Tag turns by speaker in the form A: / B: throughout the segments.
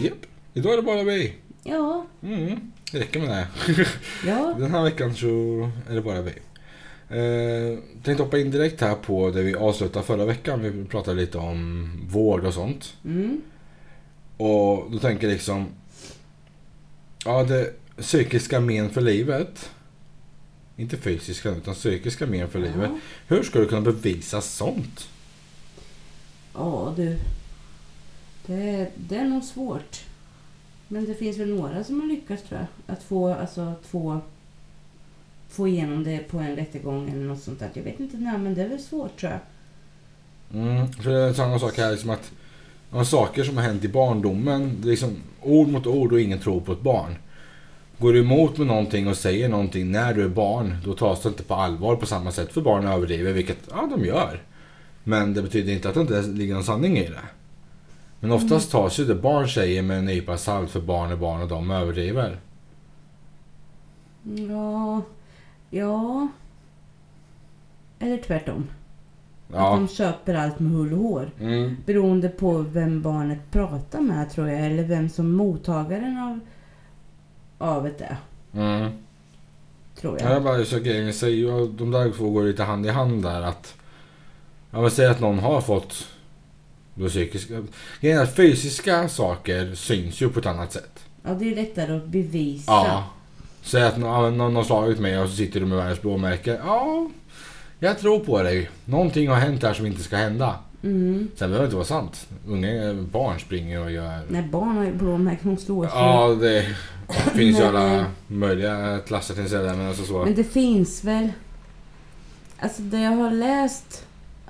A: Japp. Idag är det bara vi.
B: Ja,
A: Mm. Det räcker med det.
B: ja.
A: Den här veckan så är det bara vi. Eh, tänkte hoppa in direkt här på det vi avslutade förra veckan. Vi pratade lite om vård och sånt.
B: Mm.
A: Och då tänker jag liksom... Ja, det psykiska men för livet. Inte fysiska utan psykiska men för livet.
B: Ja.
A: Hur ska du kunna bevisa sånt?
B: Ja du. Det, det är nog svårt. Men det finns väl några som har lyckats tror jag. Att få, alltså, att få, få igenom det på en rättegång eller något sånt där. Jag vet inte när men det är väl svårt tror jag.
A: Mm, för det är samma sak här liksom att ja, saker som har hänt i barndomen, det är liksom ord mot ord och ingen tror på ett barn. Går du emot med någonting och säger någonting när du är barn, då tas det inte på allvar på samma sätt för barn överdriver, vilket ja, de gör. Men det betyder inte att det inte ligger någon sanning i det. Men oftast tas ju det barn säger med en nypa salt för barn är barn och de överdriver.
B: Ja, ja. Eller tvärtom. Att
A: Ja.
B: de köper allt med hull och hår.
A: Mm.
B: Beroende på vem barnet pratar med tror jag. Eller vem som mottagaren av, av det är.
A: Mm.
B: Tror
A: Ja,
B: jag.
A: jag bara så grejen säger ju de där två går lite hand i hand där att... Ja men säg att någon har fått... Då psykiska... Grejen är att fysiska saker syns ju på ett annat sätt.
B: Ja, det är lättare att bevisa.
A: Ja. Säg att nå- ja, någon har slagit mig och så sitter du med världens blåmärke. Ja, jag tror på dig. Någonting har hänt här som inte ska hända.
B: Mm.
A: Sen behöver det inte vara sant. Unga barn springer och gör...
B: Nej, barn har ju blåmärken hos slår sig.
A: Ja, det finns ju
B: Nej.
A: alla möjliga klasser till sig där men alltså så.
B: Men det finns väl... Alltså det jag har läst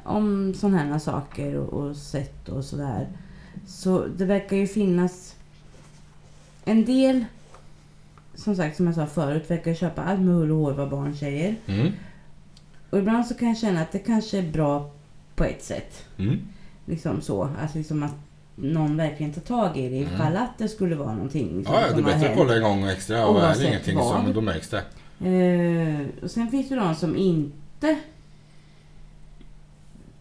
B: om sådana här saker och, och sett och sådär. Så det verkar ju finnas en del, som sagt som jag sa förut, verkar köpa allt med hull och hår vad barn säger.
A: Mm.
B: Och ibland så kan jag känna att det kanske är bra på ett sätt.
A: Mm.
B: Liksom så. Att liksom att någon verkligen tar tag i det ifall att det skulle vara någonting. Liksom,
A: Mm. Ja, ja,
B: som
A: det
B: har
A: är bättre att
B: hänt.
A: kolla en gång extra och är
B: Oavsett
A: det ingenting
B: vad.
A: som då märks det.
B: Eh, och sen finns det de som inte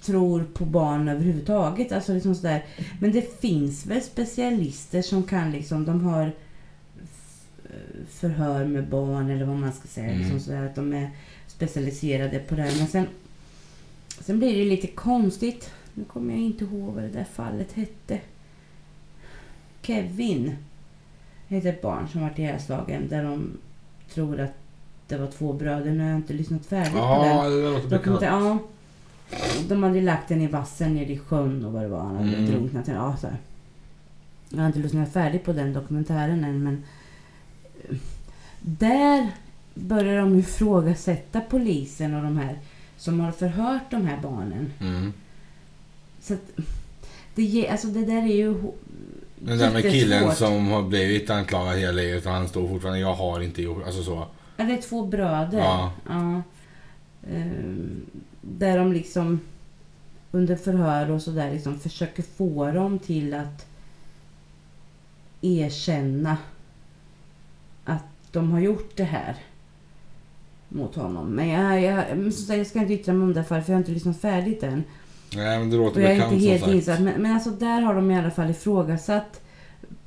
B: tror på barn överhuvudtaget. Alltså liksom sådär. Men det finns väl specialister som kan liksom, de har f- eh, förhör med barn eller vad man ska säga.
A: Mm.
B: Liksom sådär, att de är specialiserade på det här. Men sen, sen blir det ju lite konstigt. Nu kommer jag inte ihåg vad det där fallet hette. Kevin heter ett barn som varit ihjälslagen där de tror att det var två bröder. Nu har jag inte lyssnat färdigt på den.
A: Ja, det låter
B: Dokumentär-
A: bekant.
B: ja. De hade lagt den i vassen nere i sjön och vad det var. Han hade
A: Mm.
B: drunknat. Ja, så här. Jag har inte lyssnat färdigt på den dokumentären än men eh, där börjar de ju ifrågasätta polisen och de här som har förhört de här barnen.
A: Mm.
B: Så att, det, ge, alltså det där är ju ho-
A: Den där med killen
B: jättesvårt.
A: som har blivit anklagad hela livet och han står fortfarande jag har inte gjort, alltså så.
B: Ja, det är två bröder.
A: Ja.
B: Ja. Ehm, där de liksom under förhör och sådär liksom försöker få dem till att erkänna att de har gjort det här mot honom. Men jag, jag, men som sagt, jag ska inte yttra mig om det här fallet, för jag har inte lyssnat färdigt än.
A: Nej men det låter
B: Och jag är
A: bekant
B: inte helt
A: som
B: insatt.
A: sagt.
B: Men, men alltså där har de i alla fall ifrågasatt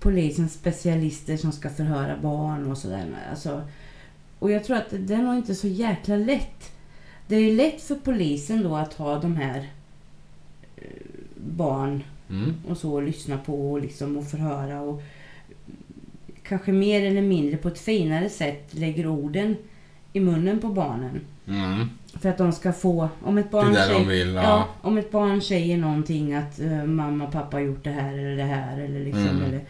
B: polisens specialister som ska förhöra barn och sådär. Alltså, och jag tror att det är nog inte så jäkla lätt. Det är ju lätt för polisen då att ha de här eh, barn
A: Mm.
B: och så och lyssna på och, liksom, och förhöra och kanske mer eller mindre på ett finare sätt lägger orden i munnen på barnen.
A: Mm.
B: För att de ska få, om ett
A: Det är
B: barn
A: där
B: säger-
A: de vill,
B: Ja,
A: ja.
B: om ett barn säger någonting att eh, mamma och pappa har gjort det här eller det här eller liksom
A: Mm.
B: eller,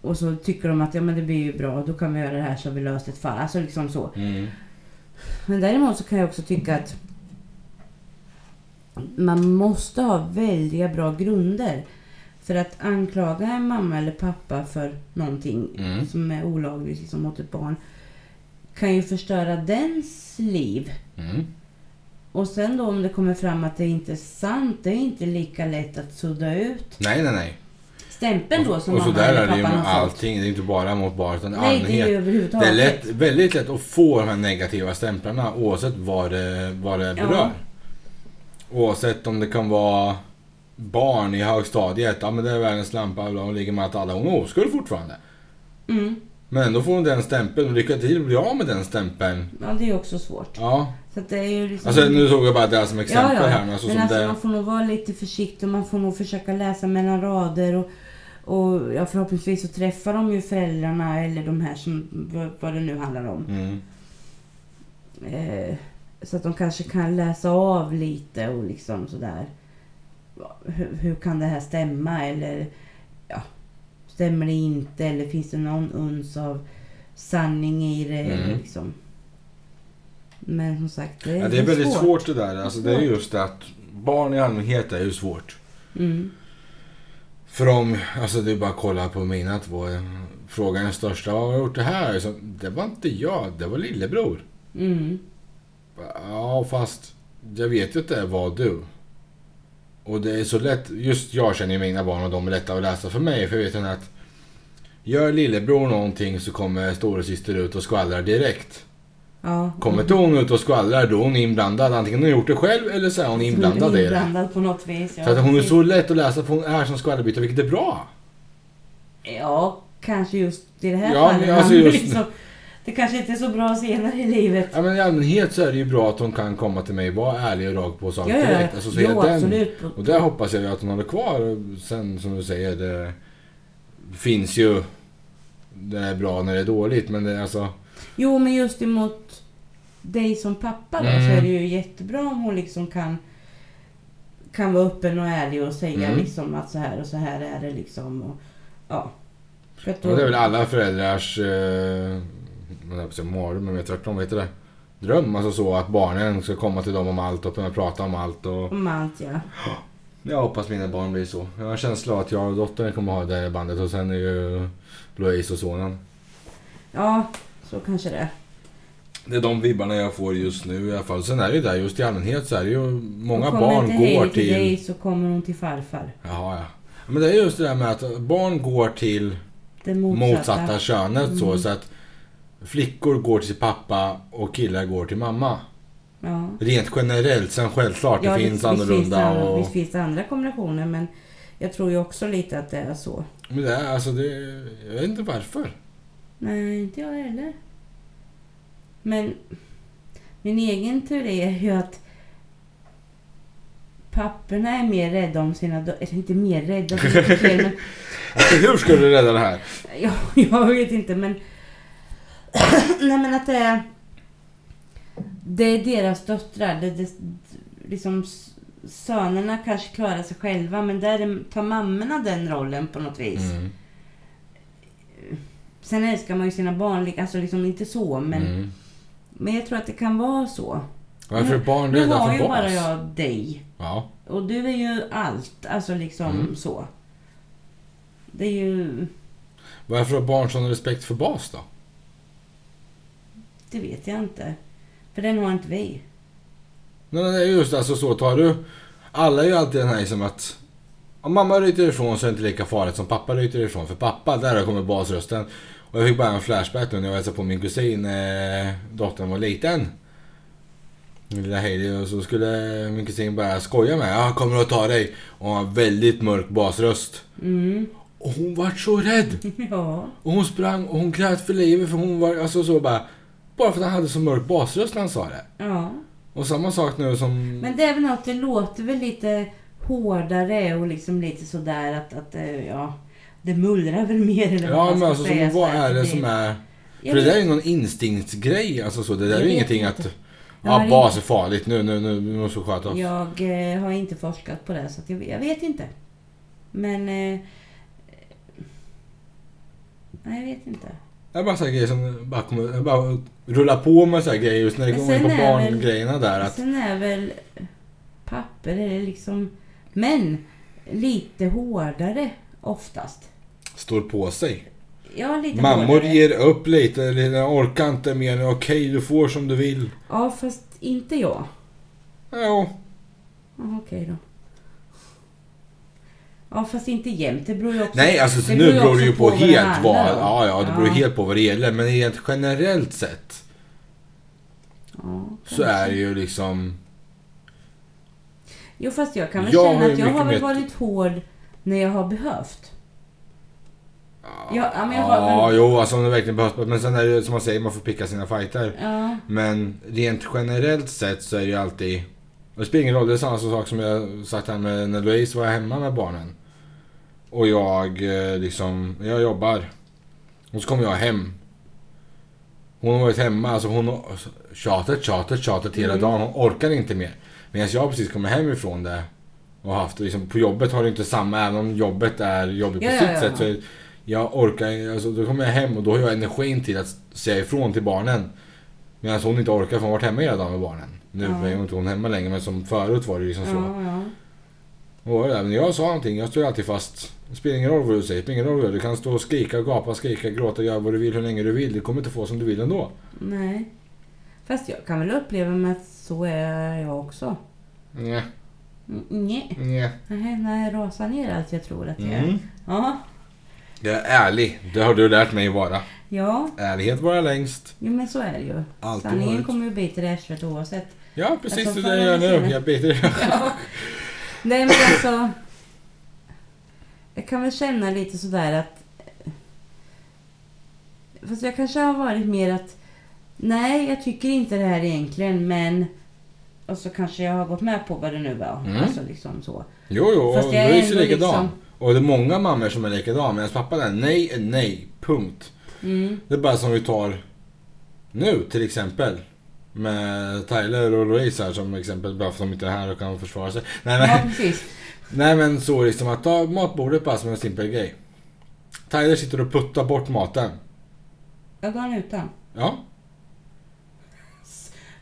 B: Och så tycker de att ja men det blir ju bra, då kan vi göra det här så har vi löst ett fall. Alltså liksom så.
A: Mm.
B: Men däremot så kan jag också tycka att man måste ha väldigt bra grunder. För att anklaga en mamma eller pappa för någonting
A: Mm.
B: som är olagligt liksom, mot ett barn kan ju förstöra dens liv.
A: Mm.
B: Och sen då om det kommer fram att det inte är sant, det är inte lika lätt att sudda ut
A: Nej nej nej.
B: stämpeln då
A: och
B: som
A: och så
B: mamma
A: där
B: eller
A: är det ju
B: pappan
A: med
B: har fått.
A: allting. Det är inte bara mot barn utan
B: Nej, det är ju
A: allmänhet. Det
B: överhuvudtaget.
A: är lätt, väldigt lätt att få de här negativa stämplarna oavsett vad det, vad det
B: Ja.
A: berör. Oavsett om det kan vara barn i högstadiet. Ja men det är världens lampa. bla, Hon ligger med att alla. Hon är oskuld fortfarande.
B: Mm.
A: Men då får hon den stämpeln. Och lycka till att bli av med den stämpeln.
B: Ja, det är också svårt.
A: Ja.
B: Så att det är ju liksom...
A: Alltså nu tog jag bara det som exempel här. Men alltså,
B: men
A: som
B: alltså
A: det...
B: man får nog vara lite försiktig och man får nog försöka läsa mellan rader och, och ja, förhoppningsvis så träffar de ju föräldrarna eller de här som, vad- vad det nu handlar om.
A: Mm.
B: Eh, så att de kanske kan läsa av lite och liksom sådär. Ja, Hur, hur kan det här stämma eller ja, stämmer det inte eller finns det någon uns av sanning i det eller
A: Mm.
B: liksom. Men som sagt, det är,
A: Ja, det är väldigt svårt,
B: svårt.
A: det där. Alltså,
B: Det
A: det
B: är
A: är just det att barn i allmänhet är ju svårt.
B: Mm.
A: För om, alltså det är bara att kolla på mina två. Frågan är den största, vad har jag gjort det här? Så, det var inte jag, det var lillebror.
B: Mm.
A: Ja, fast jag vet ju att det var du. Och det är så lätt, just jag känner ju mina barn och de är lätta att läsa för mig. För jag vet ju att gör lillebror någonting så kommer storasyster ut och skvallrar direkt.
B: Ja.
A: Kommer inte hon ut och skvallrar då är hon inblandad. Antingen har hon gjort det själv eller så är hon inblandad i det.
B: Inblandad på något vis. Ja.
A: Så att hon är så lätt att läsa för hon är som skvallerbytta vilket är bra.
B: Ja, kanske just i det här
A: Ja,
B: fallet.
A: men alltså
B: Han
A: just-
B: liksom, det kanske inte är så bra senare i livet.
A: Ja, men I allmänhet så är det ju bra att hon kan komma till mig och vara ärlig och rakt på sak
B: Ja, ja, ja.
A: direkt. Alltså, så
B: Jo,
A: är den.
B: absolut.
A: Och där hoppas jag ju att hon håller kvar. Och Sen som du säger, det finns ju... Det är bra när det är dåligt men det är alltså...
B: Jo, men just emot dig som pappa då, så
A: Mm.
B: är det ju jättebra om hon liksom kan, kan vara öppen och ärlig och säga
A: Mm.
B: liksom att så här och så här är det liksom. Och, ja. För att
A: Och det är väl alla föräldrars... Eh, man höll på att säga mardröm, men tvärtom, vad heter det? Dröm, alltså så att barnen ska komma till dem om allt och kunna prata om allt och...
B: Om allt ja.
A: Jag hoppas mina barn blir så. Jag har en känsla av att jag och dottern kommer ha det här bandet och sen är ju Louise och sonen.
B: Ja, så kanske det är.
A: Det är de vibbarna jag får just nu i alla fall. Sen är det ju där just i allmänhet så är det ju många
B: Och kommer
A: barn
B: inte hej
A: går
B: till dig
A: till...
B: så kommer hon till farfar.
A: Jaha, ja. Men det är just det där med att barn går till
B: Det
A: motsatta,
B: motsatta.
A: könet så,
B: Mm.
A: så att flickor går till sin pappa och killar går till mamma.
B: Ja.
A: Rent generellt, sen självklart det finns annorlunda
B: Finns det,
A: och...
B: Visst finns det andra kombinationer men jag tror ju också lite att det är så.
A: Men det är alltså det... Jag vet inte varför.
B: Nej, inte jag heller. Men min egen teori är ju att papporna är mer rädda om sina dö- Eller inte mer rädda, det är fel, men
A: Alltså, Hur ska du rädda det här?
B: jag, jag vet inte men... Nej men att det är... Det är deras döttrar. Det, det, liksom s- sönerna kanske klarar sig själva men där är- tar mammorna den rollen på något vis.
A: Mm.
B: Sen älskar man ju sina barn, li- alltså liksom inte så men,
A: Mm.
B: men jag tror att det kan vara så.
A: Varför är barn
B: Nu
A: rädda
B: har ju
A: för
B: bara
A: bas?
B: jag dig.
A: Ja.
B: Och du är ju allt, alltså liksom
A: Mm.
B: så. Det är ju,
A: Varför har barn sån respekt för bas då?
B: det vet jag inte. För den har inte vi.
A: Nej, nej, nej, just alltså så tar du... Alla är ju alltid den här som att... Om mamma ryter ifrån så är det inte lika farligt som pappa ryter ifrån. För pappa, där har kommit basrösten. Och jag fick bara en flashback nu när jag hälsade på min kusin, eh, dottern var liten. Min lilla Hailey. Och så skulle min kusin bara skoja med Jag kommer att ta dig. Och hon har väldigt mörk basröst.
B: Mm.
A: Och hon vart så rädd!
B: Ja.
A: Och hon sprang och hon grät för livet för hon var alltså så bara... Bara för att han hade så mörk basröst när han sa det.
B: ja.
A: Och samma sak nu som...
B: Men det är väl något, det låter väl lite hårdare och liksom lite sådär att, att eh, ja. Det mullrar väl mer eller vad
A: ja
B: man
A: men
B: ska
A: alltså som,
B: säga
A: vad
B: sådär.
A: är det
B: Det-
A: som är...
B: Ja,
A: För det
B: men-
A: där är ju någon instinktsgrej alltså så. Det där
B: Jag
A: är ju
B: vet
A: ingenting
B: inte.
A: att...
B: Jag
A: Ja
B: har
A: bas är farligt nu, nu, nu, nu måste vi sköta oss.
B: Jag eh, har inte forskat på det så att jag, jag vet inte. Men... Eh, nej, jag vet inte.
A: Det är bara sådana grejer som bara kommer... Bara rulla på med sådana grejer just när det
B: Men
A: kommer in
B: sen
A: på
B: är väl-
A: barngrejerna där att...
B: Sen är väl papper är liksom... Men lite hårdare oftast.
A: Står på sig.
B: Ja, lite
A: Mammor
B: hårdare.
A: ger upp lite, eller "Jag orkar inte mer nu. Okej, du får som du vill.
B: Ja, fast inte jag.
A: Ja,
B: Ja, Okej då. Ja, fast inte jämt. Det beror ju också...
A: Nej, alltså
B: det
A: nu
B: beror ju
A: beror det ju
B: också på
A: på,
B: vad det
A: helt
B: handlar
A: vad...
B: om.
A: Ja, ja, det beror
B: Ja.
A: helt på vad det gäller. Men rent generellt sett
B: Ja,
A: så är det ju liksom...
B: Jo fast jag kan väl
A: Jag har
B: känna
A: ju
B: att jag
A: mycket
B: har väl
A: mer-
B: varit hård när jag har behövt. Ja, ja, men jag har
A: Ja,
B: väl-
A: jo, alltså om det verkligen behövs. Men sen är det som man säger, man får picka sina fighter.
B: Ja,
A: Men rent generellt sett så är det ju alltid... Det spelar ingen roll, det är samma sak som jag sagt här med när Louise var hemma med barnen. Och jag eh, liksom, jag jobbar. Och så kommer jag hem. Hon har varit hemma, alltså hon har tjatat, tjatat, tjatat hela
B: Mm.
A: dagen. Hon orkar inte mer. Medan jag precis kommer hemifrån det och haft liksom, på jobbet har det inte samma, även om jobbet är jobbigt på
B: Ja, ja,
A: sitt
B: ja.
A: sätt. Så jag orkar, alltså, då kommer jag hem och då har jag energin till att säga ifrån till barnen. Medan hon inte orkar för hon har varit hemma hela dagen med barnen. Nu
B: Ja.
A: är ju inte hon hemma längre men som förut var det liksom så.
B: ja, ja.
A: Och det där, men jag sa någonting, jag står alltid fast. Det spelar ingen roll vad du säger, det spelar ingen roll vad du gör. Du kan stå och skrika, gapa, skrika, gråta, göra vad du vill hur länge du vill. Du kommer inte få som du vill ändå.
B: Nej. Fast jag kan väl uppleva mig att så är jag också.
A: Nej,
B: Mm, Nej.
A: nej.
B: Nej, nej, rasa ner allt jag tror att jag är.
A: Mm.
B: Ja,
A: Jag är ärlig, det har du lärt mig att vara.
B: ja.
A: Ärlighet varar längst.
B: Jo, men så är det ju.
A: Alltid
B: Sanningen
A: varit.
B: kommer ju bita i arslet oavsett.
A: Ja, precis
B: Alltså,
A: det där jag
B: förr eller
A: gör nu.
B: senare.
A: Jag biter i det.
B: Nej, men alltså. Jag kan väl känna lite sådär att... Fast jag kanske har varit mer att... Nej, jag tycker inte det här egentligen, men... Och så kanske jag har gått med på vad det nu var.
A: Mm.
B: Alltså liksom så.
A: Jo, jo,
B: Fast
A: och
B: jag är
A: Louise är
B: ändå
A: likadan.
B: liksom-
A: Och det är många mammor som är likadan. Medan pappa är nej, är nej, punkt.
B: Mm.
A: Det är bara som vi tar nu till exempel. Med Tyler och Louise här som exempel, bara för att de inte är här och kan försvara sig. Nej men,
B: Ja, precis.
A: nej, men så liksom att ta matbordet bara som en simpel grej. Tyler sitter och puttar bort maten.
B: Jag går han utan.
A: Ja,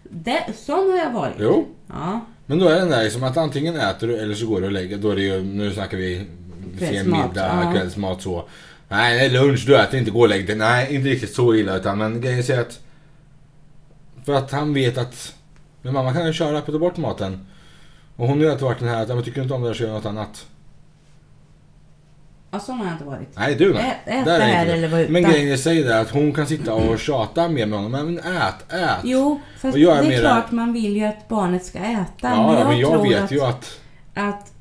B: Det, sån har jag varit.
A: jo.
B: Ja.
A: Men då är den där liksom att antingen äter du eller så går du och lägger Då är det ju, nu snackar vi sen
B: Kvällsmat,
A: middag,
B: ja.
A: kvällsmat så. Nej, det är lunch, du äter inte, gå och lägg dig. Nej, inte riktigt så illa utan men grejen är att för att han vet att men mamma kan ju köra på ta bort maten. Och hon har ju alltid varit den här att ja, men tycker du inte om det här så gör jag något annat.
B: ja, sån har jag inte varit.
A: Nej, du nej.
B: Ä- ät
A: Där är
B: det här
A: inte det.
B: eller vara utan.
A: Men grejen i sig är att hon kan sitta och tjata mer med honom. Men ät, ät.
B: Jo, fast
A: Och jag är
B: det är
A: mer-
B: klart man vill ju att barnet ska äta.
A: ja, ja, men jag
B: tror
A: vet
B: att,
A: ju att
B: att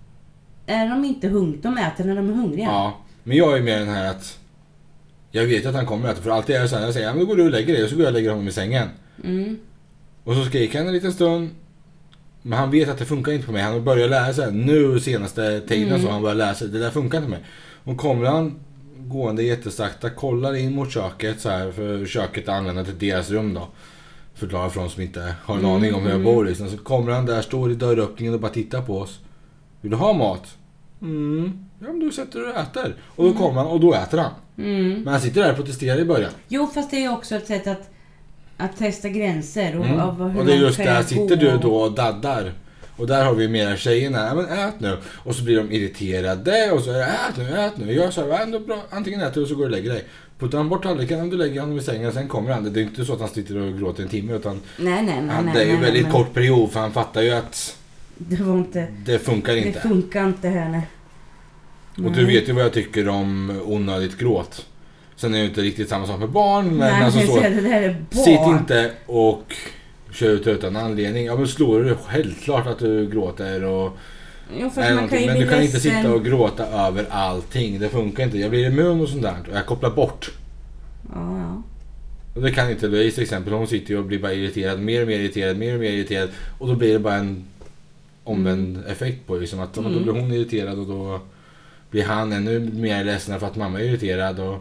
B: är de inte hungriga, de äter när de är hungriga.
A: Ja, men jag är mer den här att jag vet att han kommer att för alltid är det så här, jag säger ja, men då går du och lägger dig och så går jag och lägger honom i sängen.
B: Mm.
A: Och så skriker han en liten stund. Men han vet att det funkar inte på mig. Han börjar lära sig nu senaste tiden
B: Mm.
A: så har han börjar lära sig. Det där funkar inte på mig. Och kommer han gående jättesakta, kollar in mot köket så här för köket är använt till deras rum då. Förklara för de som inte har en
B: Mm,
A: aning om hur jag
B: mm.
A: bor liksom. Så kommer han där, står i dörröppningen och bara tittar på oss. Vill du ha mat? Mm. Ja men då sätter du och äter. Och då kommer han och då äter han.
B: Mm.
A: Men han sitter där och protesterar i början.
B: Jo, fast det är ju också ett sätt att, att testa gränser. Och,
A: Mm.
B: av hur
A: Och det är
B: man
A: just
B: ska
A: där,
B: gå
A: sitter du
B: och-
A: då och daddar? Och där har vi mera tjejerna, "Ja, men ät nu. Och så blir de irriterade och så är det ät nu, ät nu. Jag sa, ändå bra, antingen äter du och så går du och lägger dig. Puttar han bort tallriken, du lägger honom i sängen, sen kommer han. Det är inte så att han sitter och gråter en timme utan
B: Nej, nej, nej.
A: han,
B: nej,
A: det är ju
B: nej,
A: en väldigt
B: nej.
A: kort period för han fattar ju att
B: Det var inte...
A: det funkar
B: Det Mm.
A: inte.
B: funkar inte här nej.
A: och du vet ju vad jag tycker om onödigt gråt. Sen är det ju inte riktigt samma sak med barn, men
B: nej,
A: alltså
B: jag
A: så.
B: säger, det där är barn.
A: Sitt inte och kör ut utan anledning. Ja men slår du dig, självklart att du gråter och
B: Jo, fast
A: Nej,
B: man kan
A: någonting.
B: ju
A: Men
B: bli
A: du kan inte
B: ledsen.
A: sitta och gråta över allting. Det funkar inte. Jag blir immun och sånt där. Och jag kopplar bort.
B: Ja, ja.
A: Och det kan inte Louise till exempel. Hon sitter ju och blir bara irriterad. Mer och mer irriterad. Mer och mer irriterad. Och då blir det bara en omvänd effekt på det. Liksom att ja, men Då
B: Mm.
A: blir hon irriterad och då blir han ännu mer ledsen för att mamma är irriterad. Och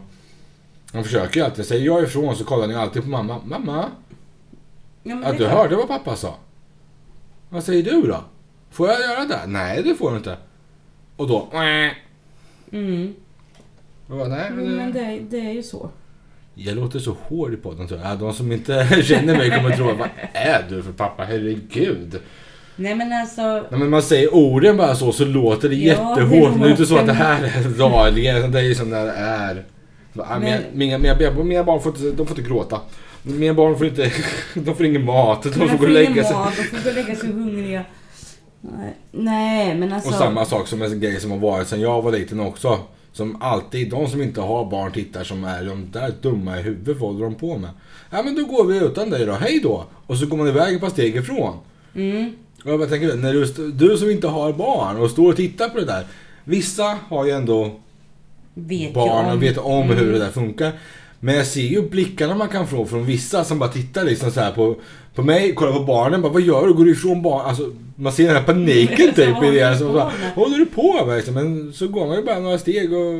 A: han försöker ju alltid. Säger jag ifrån så kollar ni alltid på mamma. Mamma,
B: ja men
A: att
B: det
A: du
B: är klart.
A: hörde vad pappa sa. Vad säger du då? Får jag göra det? Nej, det får du inte. Och då...
B: Mm.
A: Jag bara, nej,
B: Jo, Men det, det är ju så.
A: Jag låter så hård i podden tror jag. Ja, De som inte känner mig kommer tro vad är du för pappa? Herregud.
B: Nej men alltså,
A: Nej, men man säger orden bara så så låter det
B: Ja, det
A: jättehårt.
B: låter-
A: Men det är inte så att det här är dagligen. Det är ju som det är. Men... Mina, mina, mina, mina barn får inte, de får inte gråta. Mina barn får inte, de får ingen mat. De får gå och lägga sig.
B: mat, de får gå och lägga sig hungriga. Nej, Nej men alltså.
A: Och samma sak som en grej som har varit sedan jag var liten också. Som alltid, de som inte har barn tittar som är de där dumma i huvudet, vad håller de på med? Ja men då går vi utan dig då, hej då! Och så går man iväg ett par steg ifrån.
B: Mm.
A: Och jag bara tänker, när du, st- du som inte har barn och står och tittar på det där. Vissa har ju ändå
B: Vet
A: barn
B: jag om.
A: och vet om hur
B: Mm.
A: det där funkar. Men jag ser ju blickarna man kan få från vissa som bara tittar liksom så här på, på mig, kollar på barnen, bara vad gör du? Går du ifrån barn? Alltså man ser den här paniken
B: Så
A: typ i
B: håller
A: deras...
B: du
A: så
B: på
A: bara,
B: med?
A: Håller du på med? Liksom. Men så går man ju bara några steg och...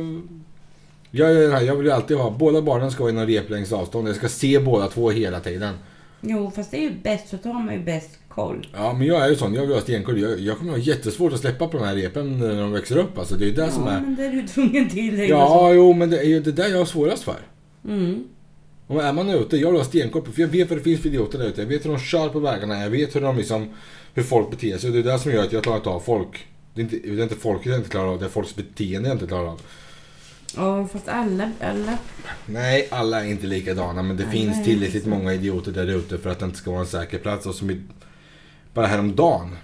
A: Jag, gör det här, jag vill ju alltid ha, båda barnen ska inom replängds avstånd. Jag ska se båda två hela tiden.
B: Jo, fast det är ju bäst. Så tar man ju bäst koll.
A: Ja men jag är ju sån, jag vill ha stenkoll. Jag, jag kommer ha jättesvårt att släppa på de här repen när de växer upp. Alltså det är ju det
B: Ja,
A: som är...
B: men det är du tvungen till. det är ju så.
A: Ja, jo men det är ju det där jag har svårast för.
B: Mm.
A: Om är man ute, jag vill ha stenkoll på, för jag vet vad det finns för idioter där ute. Jag vet hur de kör på vägarna, jag vet hur de liksom, hur folk beter sig. Och det är det som gör att jag klarar inte av folk. Det är inte, det är inte folket jag inte klarar av, det är folks beteende jag inte klarar av.
B: Ja, fast alla, alla.
A: Nej, alla är inte likadana, men det
B: Nej,
A: finns
B: nej,
A: tillräckligt
B: precis.
A: många idioter där ute för att det inte ska vara en säker plats. Och som i, bara häromdagen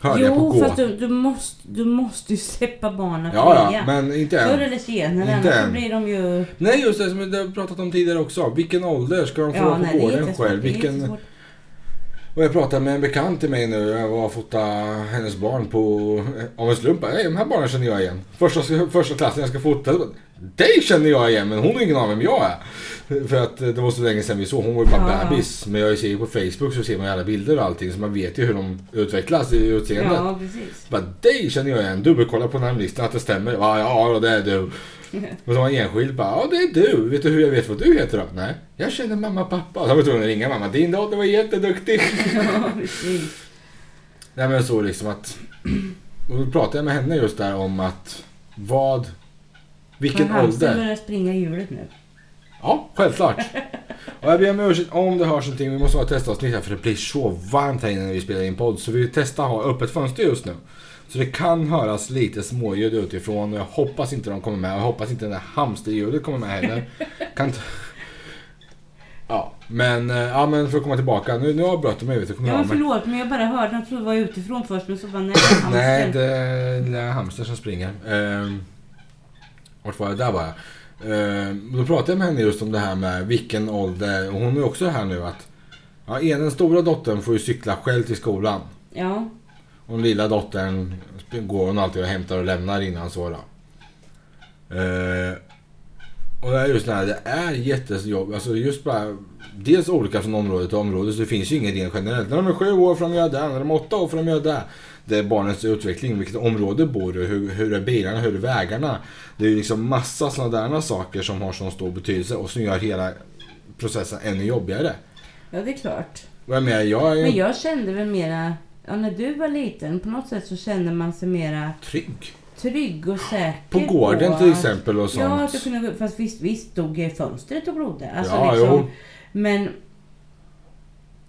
A: hörde jag på
B: Jo,
A: gå.
B: fast du, du, måste, du måste ju släppa barnen
A: Ja, ja,
B: fria.
A: men inte
B: Förr
A: än.
B: eller senare,
A: Inte
B: annars
A: än.
B: så blir de ju...
A: Nej, just det som vi har pratat om tidigare också. Vilken ålder ska de få vara på
B: nej, det är
A: gården
B: inte svårt,
A: själv?
B: det är inte
A: Vilken...
B: svårt.
A: Och jag pratade med en bekant till mig nu. Jag var och fotade hennes barn på... Av en slump. bara, "Hej, De här barnen känner jag igen. Första, första klassen jag ska fota. jag bara, Dig känner jag igen men hon har ingen aning om vem jag är. För att det var så länge sedan vi såg. Hon var ju bara
B: Ja, ja.
A: bebis. Men jag ser ju på Facebook så ser man ju alla bilder och allting. Så man vet ju hur de utvecklas i utseendet.
B: Ja, precis.
A: Bara, dig känner jag igen. Dubbelkolla på namnlistan att det stämmer. Ja, ja då, det är du. Och så var en enskild bara, ja det är du. Vet du hur jag vet vad du heter då? Nej, jag känner mamma och pappa. Och så var jag tvungen att ringa mamma. Din dotter var jätteduktig.
B: ja, precis.
A: Nej men så liksom att... Och då pratade jag med henne just där om att vad... Vilken
B: Men hamstern
A: ålder?
B: börjar springa i hjulet nu.
A: Ja, självklart. Och jag ber om ursäkt om det hörs någonting. Vi måste ha ett testavsnitt här för det blir så varmt här inne när vi spelar in podd. Så vi testar att ha öppet fönster just nu. Så det kan höras lite småljud utifrån och jag hoppas inte de kommer med. Jag hoppas inte det där hamsterljudet kommer med heller. Kan inte... Ja, men, eh, ja, men för att komma tillbaka. Nu, nu avbröt de mig. vet du, kommer
B: Ja,
A: jag
B: men
A: av mig.
B: förlåt, men jag bara hörde att du var utifrån först, men så bara nej, hamstern.
A: Nej, det är lilla hamster som springer. Ehm, vart var jag? Där var jag. Ehm, då pratade jag med henne just om det här med vilken ålder. Och hon är också här nu att ja, en- den stora dottern får ju cykla själv till skolan.
B: Ja,
A: Och den lilla dottern sp- går hon alltid och hämtar och lämnar innan så då. Ehm, och det är just det här, det är jättejobb. Alltså just bara, dels olika från område till område så det finns ju ingen ren generellt. När de är sju år får de göra det, när de är åtta år får de göra det. Det är barnens utveckling, vilket område bor du, hur, hur är bilarna, hur är vägarna. Det är ju liksom massa sådana där saker som har sån stor betydelse och som gör hela processen ännu jobbigare.
B: ja det är klart.
A: Och jag menar, jag är
B: Men
A: ju
B: jag kände väl mera, ja, när du var liten, på något sätt så kände man sig mera
A: trygg.
B: trygg och säker
A: På gården
B: på
A: till
B: att-
A: exempel och sånt.
B: Ja, att du kunde gå upp. Fast visst, visst stod jag i fönstret och blodde. Alltså,
A: Ja,
B: liksom,
A: jo.
B: Men...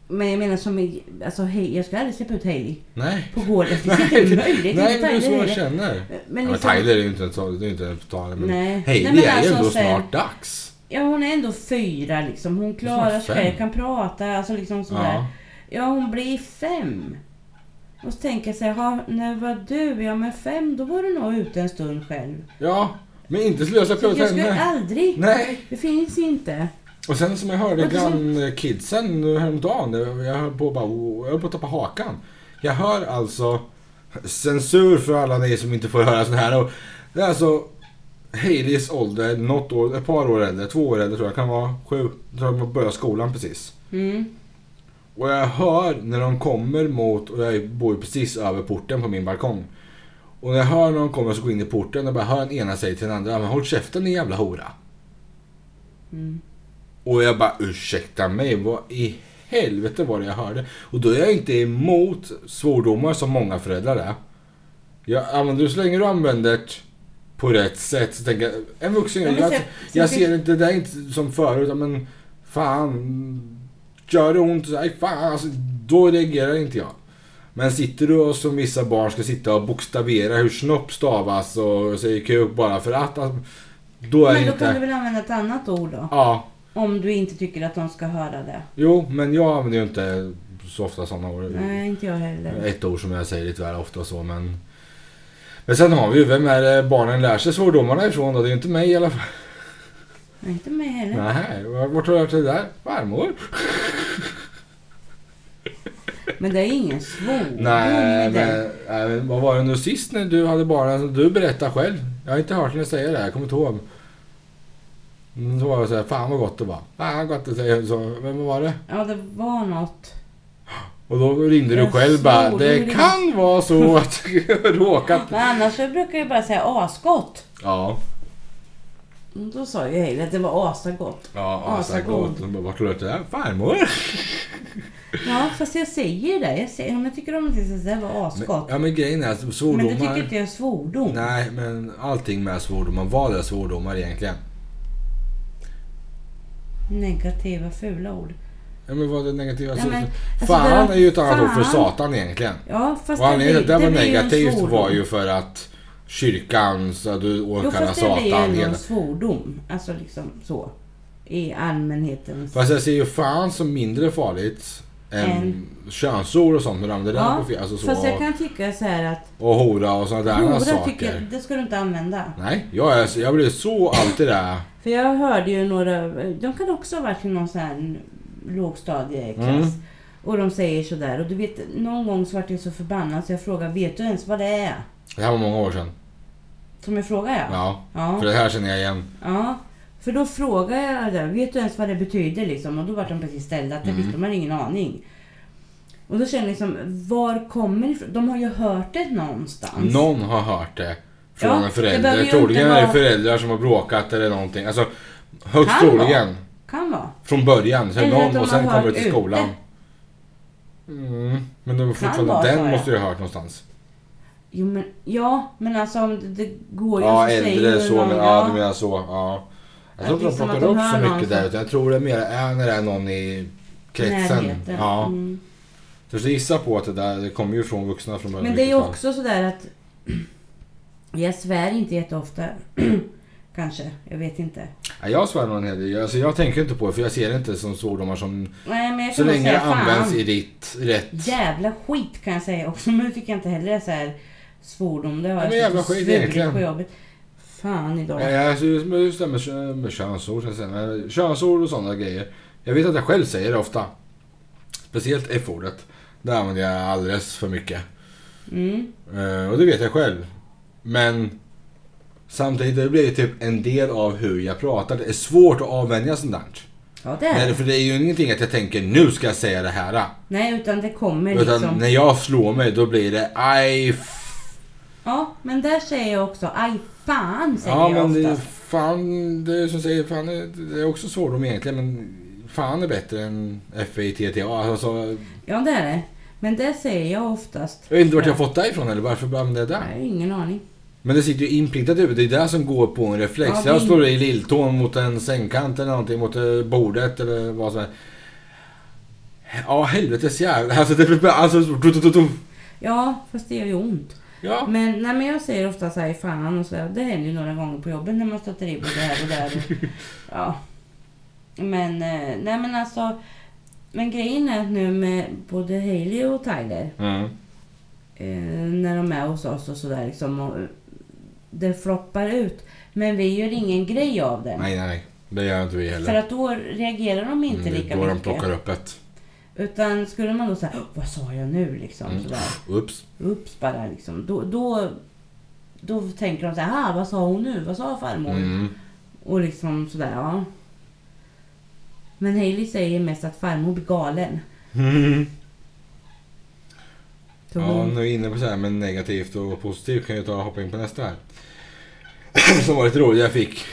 B: Men jag menar som i- alltså, hej, jag ska aldrig släppa ut Hailey
A: Nej.
B: på gården. Det är inte möjligt.
A: Nej, men det är så
B: Tyler
A: jag
B: är det. Men
A: känner. Ja, men
B: liksom,
A: Tyler är ju inte en sån- det är ju inte en tal. Men
B: Nej.
A: Hailey
B: Nej, men
A: är ju
B: alltså
A: ändå
B: så här-
A: snart dags.
B: ja, hon är ändå fyra liksom. Hon klarar
A: Snart
B: sig
A: fem.
B: själv, kan prata. Alltså liksom sådär.
A: Ja.
B: Ja. hon blir fem. Och så tänker jag så här, "Ja, när var du? Ja, men fem, då var du nog ute en stund själv.
A: ja, men inte skulle jag släppa
B: Så
A: ut
B: jag skulle
A: henne.
B: aldrig.
A: Nej.
B: Det finns inte.
A: Och sen som jag hörde
B: Och det som-
A: grannkidsen nu eh, häromdagen. Jag höll på, att bara, jag höll på att tappa hakan. Jag hör alltså censur för alla ni som inte får höra sån här. Och det är alltså Haileys ålder, något år, ett par år äldre, två år äldre tror jag, kan vara sju. Jag tror de börjar skolan precis.
B: Mm.
A: Och jag hör när de kommer mot, och jag bor ju precis över porten på min balkong. Och när jag hör när de kommer så går jag in i porten och bara hör den ena säga till den andra, men håll käften din jävla hora.
B: Mm.
A: Och jag bara, ursäkta mig, vad i helvete var det jag hörde? Och då är jag inte emot svordomar som många föräldrar är. Jag använder så länge du använder det på rätt sätt så tänker jag, en vuxen
B: Ja, men
A: jag,
B: sen-
A: jag
B: sen-
A: ser inte det där inte som förut, men fan, gör det ont, nej fan, alltså, då reagerar inte jag. Men sitter du och som vissa barn ska sitta och bokstavera hur snopp stavas och säger kuk bara för att, alltså, då är
B: Men då
A: inte...
B: kan du väl använda ett annat ord då?
A: Ja,
B: Om du inte tycker att de ska höra det.
A: Jo, men jag använder ju inte så ofta sådana ord.
B: Nej, inte jag heller.
A: Ett ord som jag säger lite väl ofta och så, men... Men sen har vi ju, vem är det barnen lär sig svordomarna ifrån då? Det är ju inte mig i alla fall.
B: Nej, inte mig heller.
A: Nej, vart har du hört det där? Farmor?
B: Men det är ingen svordom
A: Nej,
B: i den.
A: men, nej, men vad var det nu sist när du hade barn? Alltså, du berättade själv. Jag har inte hört henne säga det, här, jag kommer inte ihåg. Mm, Då var det så här, fan vad gott det var. Fan vad gott det säger så. Vem var det?
B: Ja, det var något.
A: Och då ringde du
B: Jag
A: själv bara,
B: såg,
A: det
B: det var
A: kan vara så att jag råkat...
B: Men annars så brukar jag bara säga asgott.
A: Ja,
B: Och Mm, Då sa ju Hailey att det var asagott.
A: ja,
B: Ja,
A: alltså
B: så god.
A: gott. Och bara, Vart har du hört det där? Farmor?
B: Ja, fast jag säger det. Jag säger, om jag tycker om det så säger jag att det var
A: Men,
B: asgott.
A: ja men grejen är att
B: Men,
A: svordomar...
B: du tycker inte jag är svordom?
A: Nej, men allting med svordomar. Vad är svordomar egentligen?
B: Negativa, fula ord.
A: Ja men vad är det negativa?
B: Ja,
A: Så-
B: men, alltså,
A: fan
B: det-
A: är ju ett annat ord för
B: fan.
A: satan egentligen.
B: Ja, fast
A: Och anledningen till att det var
B: blir ju en
A: negativt
B: svordom.
A: var ju för att kyrkan så du
B: Jo,
A: åkallar
B: fast det blir ju
A: satan.
B: ändå
A: hela-
B: en svordom. Alltså liksom så. I allmänhetens...
A: Fast jag ser ju fan som mindre farligt än
B: Än.
A: könsord och sånt. När du använder det
B: ja,
A: på fel. Alltså så.
B: fast jag kan tycka så här att
A: Och hora och sådana där
B: hora
A: saker.
B: tycker jag, det ska du inte använda.
A: Nej, jag, är, jag blir så alltid där.
B: För jag hörde ju några, de kan också ha varit i någon sån här lågstadieklass.
A: Mm.
B: Och de säger sådär. Och du vet, någon gång så vart jag så förbannad så jag frågade, vet du ens vad det är?
A: Det här var många år sedan.
B: Som jag frågade ja.
A: Ja,
B: Ja,
A: för det här känner jag igen.
B: ja. För då frågade jag där, vet du ens vad det betyder liksom? Och då vart de precis ställda, att det
A: Mm.
B: visste de hade ingen aning. Och då känner jag liksom, var kommer det ifrån? De har ju hört det någonstans.
A: Någon har hört det från
B: Ja,
A: en
B: det
A: förälder.
B: behöver ju
A: Troligen
B: inte
A: är det
B: vara-
A: föräldrar som har bråkat eller någonting. Alltså, högst
B: Kan vara.
A: troligen.
B: Kan vara.
A: Från början. Sen
B: Eller att
A: någon
B: de
A: och sen
B: har
A: kommer det
B: hört
A: till skolan.
B: ute.
A: Mm, men det var
B: vara
A: fortfarande,
B: så,
A: den
B: ja.
A: måste du ha hört någonstans.
B: Jo, men, ja, men alltså om det, det går ju
A: Ja,
B: så
A: äldre
B: ju
A: så.
B: någon-
A: Men, ja, du menar så. Ja. Jag
B: Att
A: tror inte de
B: liksom
A: plockar
B: att de
A: upp
B: hör
A: så mycket
B: någon som-
A: där. Utan jag tror det mer är när det är någon i kretsen.
B: närheten.
A: Ja.
B: Mm.
A: Så jag gissar på att det där det kommer ju från vuxna från början.
B: Men
A: i
B: det är ju
A: vilket fall.
B: också sådär att jag svär inte jätteofta. Kanske, jag vet inte.
A: Nej, jag svär nog en hel del. Alltså, jag tänker inte på det för jag ser det inte som svordomar som...
B: Nej, men jag
A: Så
B: kan nog
A: länge det
B: säga
A: används
B: fan.
A: i ditt rätt.
B: Jävla skit kan jag säga också. Men nu fick jag inte heller så här svordom. Det har
A: Ja,
B: jag
A: men jävla
B: suttit och
A: skit
B: svurit
A: egentligen.
B: på jobbet. Fan idag.
A: Nej, alltså, just det här med, kö- med könsord. ska jag säga. Men Könsord och sådana grejer. Jag vet att jag själv säger det ofta. Speciellt F-ordet. Det använder jag alldeles för mycket.
B: Mm.
A: Eh, och det vet jag själv. Men samtidigt, det blir ju typ en del av hur jag pratar. Det är svårt att avvänja sånt där.
B: Ja, det är
A: Nej,
B: det.
A: för det är ju ingenting att jag tänker nu ska jag säga det här.
B: Nej, utan det kommer
A: Utan
B: liksom.
A: när jag slår mig då blir det aj f-
B: Ja, men där säger jag också aj fan säger jag
A: Ja men det är
B: ofta.
A: fan, det är som säger, fan det det är också svordom egentligen men fan är bättre än FITTA. Alltså,
B: Ja, det är det. Men det säger jag oftast.
A: jag vet inte vart jag har fått det ifrån eller varför jag använder jag det
B: Jag har
A: där.
B: ingen aning.
A: Men det sitter ju inprintat i huvudet, det är det som går på en reflex.
B: Ja, det-
A: jag slår i lilltån mot en sängkant eller någonting, mot eh, bordet eller vad som helst. Ja helvetes jävla, alltså det blir bara, alltså,
B: Ja, fast det gör ju ont.
A: ja.
B: Men, nej, men jag säger ofta så här, fan och så där. Det händer ju några gånger på jobbet när man stöter i både här och där. Och, ja. Men, eh, nej men alltså. Men grejen är att nu med både Hailey och Tyler,
A: Mm.
B: eh, när de är hos oss och sådär liksom. Och, eh, det floppar ut. Men vi gör ingen grej av det.
A: Nej nej nej, det gör inte vi heller.
B: För att då reagerar de inte
A: Mm,
B: lika
A: då de
B: mycket.
A: plockar upp ett.
B: Utan skulle man då säga, "Åh, vad sa jag nu liksom?
A: Mm.
B: Sådär.
A: Ups.
B: Ups bara liksom. Då, då, då tänker de så här, "Ah, vad sa hon nu? Vad sa farmor?
A: Mm.
B: Och liksom sådär, ja. Men Hailey säger mest att farmor blir galen.
A: Mm.
B: Så
A: Ja,
B: hon,
A: nu är vi inne på så här med negativt och positivt kan jag ta och hoppa in på nästa här. Som var lite roligt jag fick.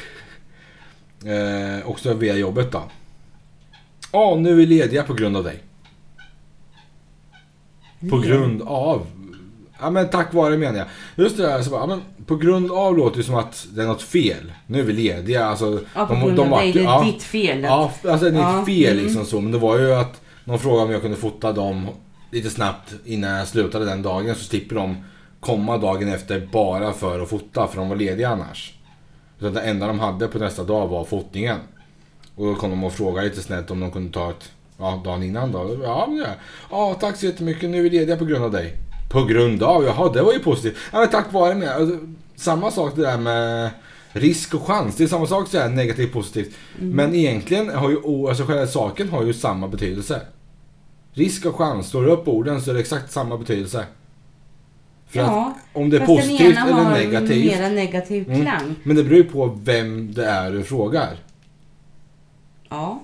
A: Eh, också via jobbet då. Ja, nu är vi lediga på grund av dig. På
B: ler.
A: grund av. Ja men tack vare menar jag. Just det där, så bara, ja, men på grund av låter ju som att det är något fel. Nu är vi lediga. Alltså,
B: Ja, på grund av
A: vart
B: dig.
A: ju-
B: Det är
A: ja.
B: ditt fel.
A: Ja, alltså det är
B: Ja,
A: ett fel
B: mm.
A: liksom så. Men det var ju att någon frågade om jag kunde fota dem lite snabbt innan jag slutade den dagen. Så slipper de komma dagen efter bara för att fota, för de var lediga annars. Utan det enda de hade på nästa dag var fotningen. Och då kom de och frågade lite snett om de kunde ta ett, ja, dagen innan då. Ja, men det ja, tack så jättemycket. Nu är vi lediga på grund av dig. På grund av? Jaha, det var ju positivt. Ja, men tack vare med. Alltså, Samma sak det där med risk och chans. Det är samma sak så här
B: Mm.
A: negativt positivt. Men egentligen har ju o- alltså själva saken har ju samma betydelse. Risk och chans, står du upp orden så är det exakt samma betydelse. För att
B: Ja,
A: om det är
B: fast
A: positivt
B: den ena
A: eller
B: har
A: negativt.
B: mera negativ
A: Mm.
B: klang.
A: Men det beror ju på vem det är du frågar.
B: Ja,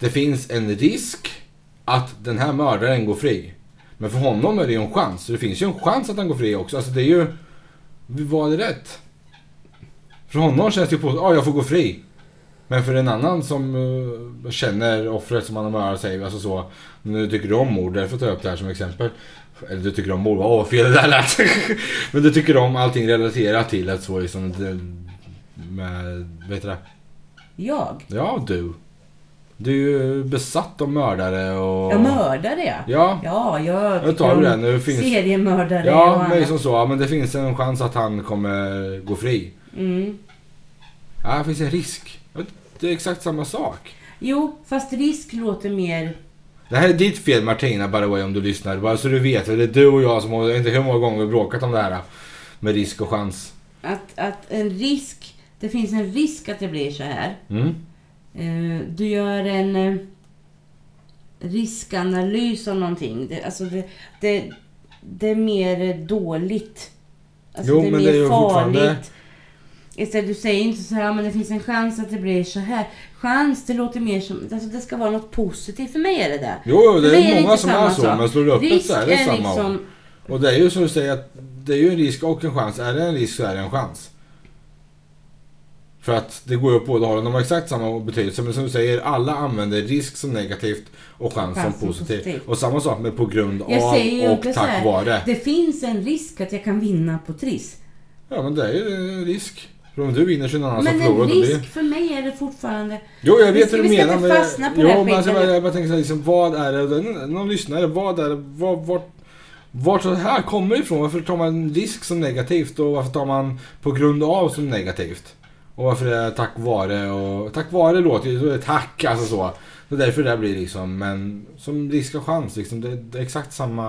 A: Det finns en risk att den här mördaren går fri. Men för honom är det ju en chans. Så det finns ju en chans att han går fri också. Alltså det är ju... Var det rätt? För honom känns det ju på ja jag får gå fri. Men för en annan som eh, känner offret som han har mördat säger alltså så. Nu tycker du om mord, därför tar jag upp det här som exempel. Eller du tycker om mord, åh vad fel det där lät. Men du tycker om allting relaterat till att så liksom... det- Med, vad heter det?
B: jag.
A: Ja, du. Du är ju besatt av mördare och...
B: Jag mördade jag.
A: Ja,
B: Ja, jag
A: nu tar
B: tycker
A: vi
B: om
A: det. Nu finns...
B: seriemördare och
A: Ja,
B: annat.
A: men liksom så. ja, Men det finns en chans att han kommer gå fri.
B: Mm.
A: Ja, det finns en risk. Ja, Det är exakt samma sak.
B: Jo, fast risk låter mer...
A: Det här är ditt fel Martina, by the way, om du lyssnar. Bara så du vet. Det är du och jag som har, jag vet inte hur många gånger vi har bråkat om det här. Med risk och chans.
B: Att, att en risk... Det finns en risk att det blir så här.
A: Mm.
B: Eh, Du gör en eh, riskanalys av någonting. Det, alltså det, det, det är mer dåligt. Alltså
A: Jo,
B: det är
A: men
B: mer
A: det är ju fortfarande-
B: farligt. Istället, du säger inte så här, "Ja, men det finns en chans att det blir så här. Chans, det låter mer som, alltså det ska vara något positivt. För mig är det det.
A: Jo,
B: För
A: det
B: mig
A: är många
B: inte
A: som
B: samma
A: är så.
B: sak.
A: Men slår du upp det
B: Risk
A: så är det
B: är
A: samma.
B: liksom,
A: Och det är ju som du säger att det är ju en risk och en chans. Är det en risk så är det en chans. För att det går ju åt båda hållen. De har exakt samma betydelse. Men som du säger, alla använder risk som negativt och chans,
B: Chans
A: som
B: som
A: positivt.
B: positivt.
A: Och samma sak med på grund
B: Jag
A: av
B: säger ju
A: och
B: inte
A: tack
B: så här.
A: vare.
B: det finns en risk att jag kan vinna på Triss.
A: Ja men det är ju en risk. För om Alltså, du vinner så är någon annan som
B: Men en
A: förlorar. och det-
B: risk, för mig är det fortfarande
A: Jo, jag
B: Vi
A: vet
B: ska-
A: hur du
B: vi ska
A: menar.
B: inte
A: men-
B: fastna på
A: jo,
B: det här
A: men alltså,
B: skiten.
A: jag, bara- jag bara tänker så här, liksom, vad är det, n- någon lyssnare, vad är det, vad, vart, vart det här kommer ifrån? Varför tar man risk som negativt och varför tar man på grund av som negativt? Och varför är det tack vare och tack vare låter ju, då är det tack alltså så. Det är därför det här blir liksom, men som risk och chans liksom, det, det är exakt samma.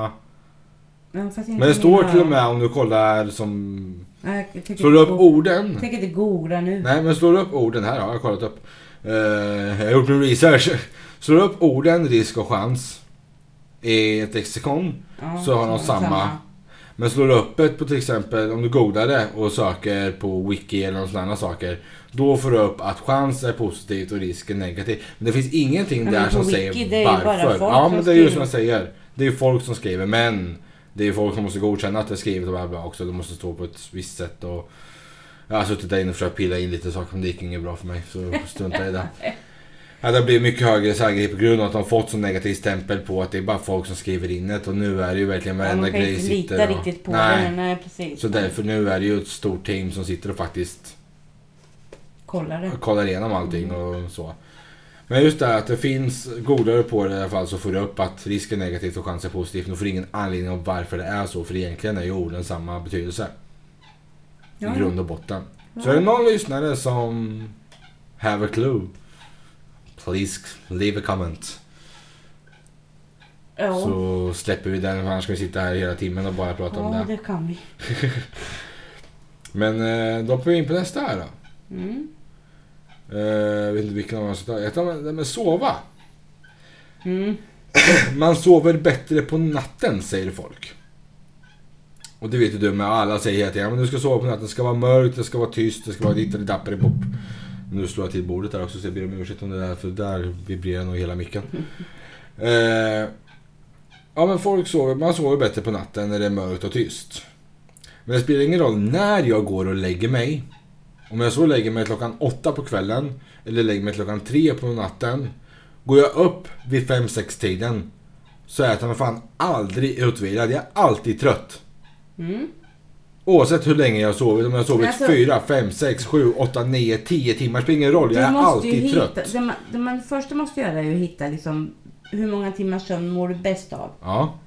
B: Mm. Ja, fast inte
A: Men det står
B: mina-
A: till och med om du kollar som,
B: Nej, jag tänker
A: slår du
B: inte
A: upp
B: go-
A: orden?
B: Jag tänker inte googla nu.
A: Nej, men slår du upp orden här, har jag kollat upp. Eh, jag har gjort min research. Slår du upp orden risk och chans i ett lexikon.
B: Ja,
A: så har de samma. Men slår du upp ett på till exempel om du googlar det och söker på wiki eller någon sådana saker. Då får du upp att chans är positivt och risk är negativt. Men det finns ingenting
B: Ja, men
A: där
B: på
A: som
B: wiki,
A: säger
B: det är ju bara
A: varför.
B: folk
A: ja,
B: som
A: men det är ju
B: skriver.
A: som jag säger. Det är ju folk som skriver men det är ju folk som måste godkänna att det är skrivet och bla bla också. Det måste stå på ett visst sätt och jag har suttit där inne och försökt pilla in lite saker men det gick inget bra för mig så strunta i det. Ja, det blir mycket högre särgrepp på grund av att de fått så negativ stämpel på att det är bara folk som skriver in det och nu är det ju verkligen
B: Ja,
A: varenda
B: man kan ju
A: grej
B: inte
A: sitter
B: lita
A: och...
B: riktigt på
A: Nej.
B: den. Nej, precis.
A: Så därför nu är det ju ett stort team som sitter och faktiskt
B: Kolla det.
A: kollar igenom allting och så. Men just det här att det finns, googlar du på det i alla fall så får du upp att risk är negativt och chans är positivt. Du får ingen anledning om varför det är så för egentligen är ju orden samma betydelse
B: Ja.
A: i grund och botten. Så
B: Ja.
A: är det någon lyssnare som have a clue please leave a comment.
B: Ja,
A: Så släpper vi den, för annars ska vi sitta här hela timmen och bara prata om
B: ja
A: det.
B: det kan vi.
A: Men eh, då hoppar vi in på nästa här då.
B: Mm.
A: Eh, Jag vet inte vilken av dem som tar. Jag tar med- med sova.
B: Mm.
A: Man sover bättre på natten säger folk. Och det vet ju du med. Alla säger hela tiden. "Ja, Men du ska sova på natten. Det ska vara mörkt. Det ska vara tyst. Det ska vara ditt eller dapper i pop. Nu slår jag till bordet där också så jag ber om ursäkt om det där. För där vibrerar nog hela micken. Eh, ja men folk sover. Man sover bättre på natten när det är mörkt och tyst. Men det spelar ingen roll när jag går och lägger mig. Om jag så lägger mig klockan åtta på kvällen. Eller lägger mig klockan tre på natten. Går jag upp vid 5-6 tiden så är jag ta mig fan aldrig utvilad. Jag är alltid trött.
B: Mm.
A: Oavsett hur länge jag har sovit. Om jag har sovit
B: Alltså-
A: 4, 5, 6, 7, 8, 9, 10 timmar. spelar ingen roll. Jag är
B: måste ju
A: alltid
B: hitta,
A: trött.
B: Det, man, det man första måste göra är ju att hitta liksom, hur många timmars sömn mår du bäst av.
A: Ja.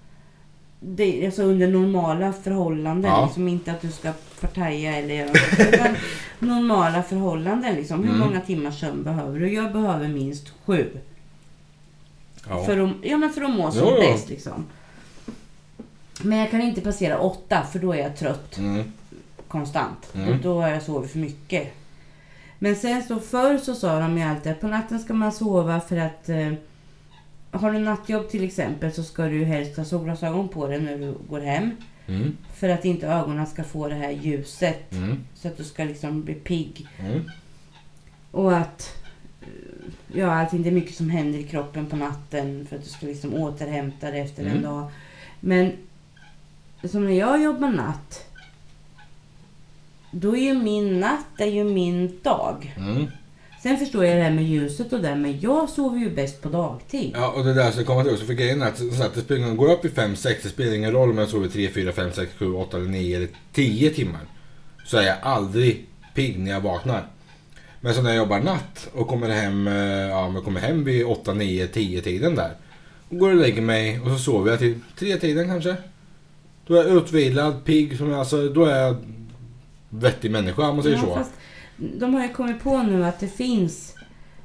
B: Det, är alltså under normala förhållanden.
A: Ja.
B: Liksom inte att du ska partaja eller göra något. Utan normala förhållanden. Liksom. Hur
A: Mm.
B: många timmars sömn behöver du? Jag behöver minst sju.
A: ja.
B: För att, ja, men för att må som
A: Jo, jo.
B: bäst liksom. Men jag kan inte passera åtta för då är jag trött
A: Mm.
B: konstant.
A: Mm.
B: Då, då har jag sovit för mycket. Men sen så förr så sa de ju alltid att på natten ska man sova för att eh, har du nattjobb till exempel så ska du ju helst ha solglasögon på dig när du går hem.
A: Mm.
B: För att inte ögonen ska få det här ljuset.
A: Mm.
B: Så att du ska liksom bli pigg.
A: Mm.
B: Och att eh, ja, allting, det är mycket som händer i kroppen på natten för att du ska liksom återhämta dig efter en
A: Mm.
B: dag. Men som när jag jobbar natt. Då är ju min natt är ju min dag.
A: Mm.
B: Sen förstår jag det här med ljuset och det, men jag sover ju bäst på dagtid.
A: Ja, och det där ska jag komma till också. För grejen är att, så att det spelar, ingen- går jag upp i 5-6, det spelar ingen roll om jag sover 3, 4, 5, 6, 7, 8 eller 9 eller 10 timmar. Så är jag aldrig pigg när jag vaknar. Men så när jag jobbar natt och kommer hem, eh, ja, men jag kommer hem vid 8, 9, 10 tiden där. Och går och lägger mig och så sover jag till 3 tiden kanske. Då är jag utvilad, pigg, som jag, alltså, då är jag vettig människa om man säger
B: Ja,
A: så.
B: fast de har ju kommit på nu att det finns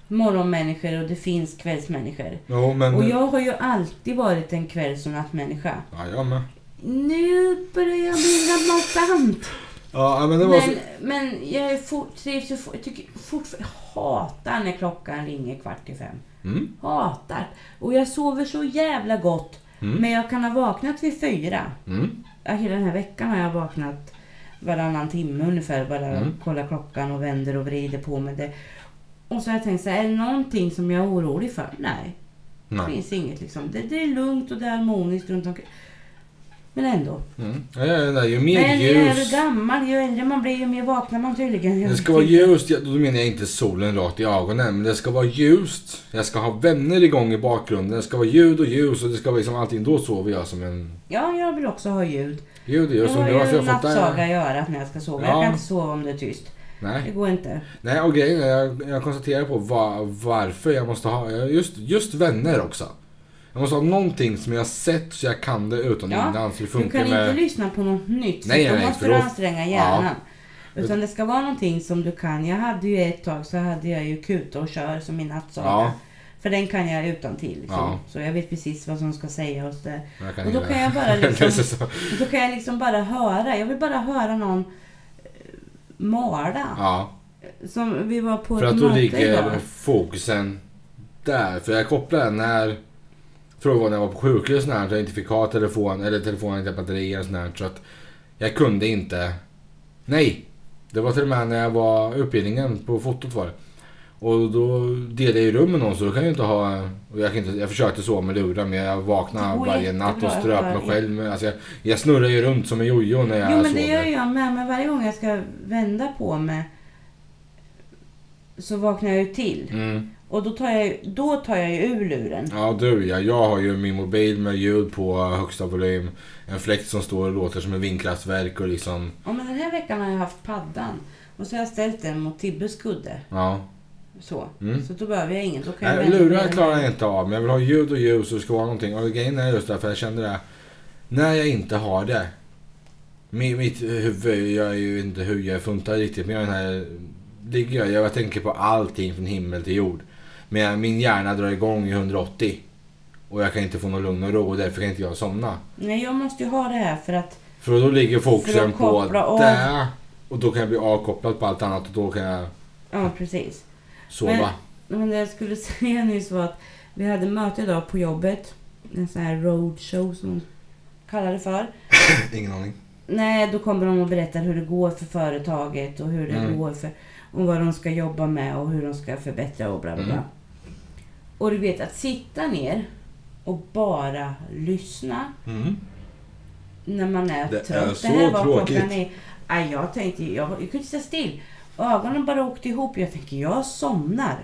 B: morgonmänniskor och det finns kvällsmänniskor.
A: Jo, men...
B: Och jag har ju alltid varit en kvälls och nattmänniska.
A: Ja, jag med.
B: Nu börjar jag bli en gammal tant.
A: Ja, men det var
B: Men, men jag är fort, trivs ju fort, jag tycker fortfarande... Jag hatar när klockan ringer kvart i fem.
A: så... Mm,
B: Hatar. Och jag sover så jävla gott.
A: Mm.
B: Men jag kan ha vaknat vid fyra.
A: mm,
B: Ja, Hela den här veckan har jag vaknat varannan timme ungefär. Bara
A: Mm.
B: kollar klockan och vänder och vrider på mig. Det. Och så har jag tänkt så här, är det någonting som jag är orolig för? Nej, det
A: nej.
B: finns inget liksom. Det, det är lugnt och det är harmoniskt runt omkring. Men ändå.
A: Mm. Ja, ja, ja, ju mer
B: Men ju
A: ljus...
B: äldre gammal, ju äldre man blir, ju mer vaknar man tydligen. Jag
A: Det
B: vet
A: ska vara
B: inte.
A: ljust, ja, då menar jag inte solen rakt i ögonen, men det ska vara ljust. Jag ska ha vänner igång i bakgrunden, det ska vara ljud och ljus och det ska vara liksom allting. Då sover jag som en...
B: Ja, jag vill också ha ljud.
A: Ljud och
B: Jag
A: ljus.
B: har
A: Undrar varför
B: ju
A: jag fått det
B: nattsaga
A: här.
B: i örat när jag ska sova.
A: Ja.
B: Jag kan inte sova om det är tyst. Det
A: Nej.
B: går inte.
A: Nej, och grejen är, jag, jag konstaterar på va, varför jag måste ha... jag- Just, just vänner också. Jag måste ha någonting som jag har sett så jag kan det utan
B: Ja,
A: innan. Så det
B: Du
A: funkar
B: kan
A: med...
B: inte lyssna på något nytt.
A: Nej,
B: Nej, så
A: nej,
B: då
A: nej,
B: måste
A: för
B: du
A: då-
B: anstränga hjärnan. Utan det ska vara någonting som du kan. Jag hade ju ett tag så hade jag ju kuta och kör som min nattsaga.
A: Ja,
B: För den kan jag utan till. Liksom.
A: Ja.
B: Så jag vet precis vad som ska sägas. Och, så där.
A: jag kan
B: och då
A: göra
B: kan
A: det.
B: jag bara
A: Det är
B: liksom,
A: så-
B: då kan jag liksom bara höra. Jag vill bara höra någon eh, mala.
A: Ja.
B: Som vi var på
A: För
B: ett
A: att då
B: möte
A: ligger
B: idag.
A: fokusen där. För jag kopplade när... Tror det var när jag var på sjukhus när jag inte fick ha telefon eller telefonen inte hade batteri eller sånt här, så att jag kunde inte... Nej! Det var till och med när jag var utbildningen på fotot var det. Och då delade jag ju rum med någon så då kan jag ju inte ha... och Jag, kan inte, jag försökte sova med lurar men jag vaknade
B: Det går
A: varje natt och
B: jättebra,
A: ströp
B: jag
A: mig
B: hör.
A: själv. Men Alltså jag, jag snurrar ju runt som en jojo när jag
B: Jo men
A: sover.
B: det gör jag med. Men varje gång jag ska vända på mig så vaknar jag ju till.
A: mm.
B: Och då tar jag, ju- då tar jag ju ur luren.
A: Ja du ja, jag har ju min mobil med ljud på högsta volym. En fläkt som står och låter som en vindkraftverk och liksom,
B: Ja, men den här veckan har jag haft paddan. Och så har jag ställt den mot Tibbes kudde.
A: ja.
B: Så.
A: Mm.
B: så då behöver jag ingen. Då kan jag
A: Nej,
B: vända
A: lurar
B: mig.
A: klarar jag inte av men jag vill ha ljud och ljus och det ska vara någonting. Och grejen är just därför jag känner det. här, När jag inte har det. Mitt, mitt huvud, jag är ju inte hur jag funtar riktigt men jag är den här, ligger jag, jag tänker på allting från himmel till jord. Men jag, min hjärna drar igång i 180. Och jag kan inte få någon lugn och ro och därför kan inte jag somna.
B: Nej, jag måste ju ha det här för att...
A: För då ligger
B: För
A: fokusen
B: att
A: på
B: koppla av.
A: det och då kan jag bli avkopplad på allt annat och då kan jag
B: Ja, precis.
A: sova.
B: Men det jag skulle säga nyss var att vi hade möte idag på jobbet. En sån här roadshow som de kallar det för.
A: Ingen aning.
B: Nej, då kommer de och berättar hur det går för företaget och hur det
A: Mm.
B: går för... Och vad de ska jobba med och hur de ska förbättra och bla bla bla.
A: Mm.
B: Och du vet, att sitta ner och bara lyssna
A: Mm.
B: när man är
A: Det är
B: trött.
A: så
B: det här var
A: tråkigt.
B: klockan i... Aj, jag tänkte, jag, jag kunde sitta still. Ögonen bara åkte ihop. Jag tänker, jag somnar.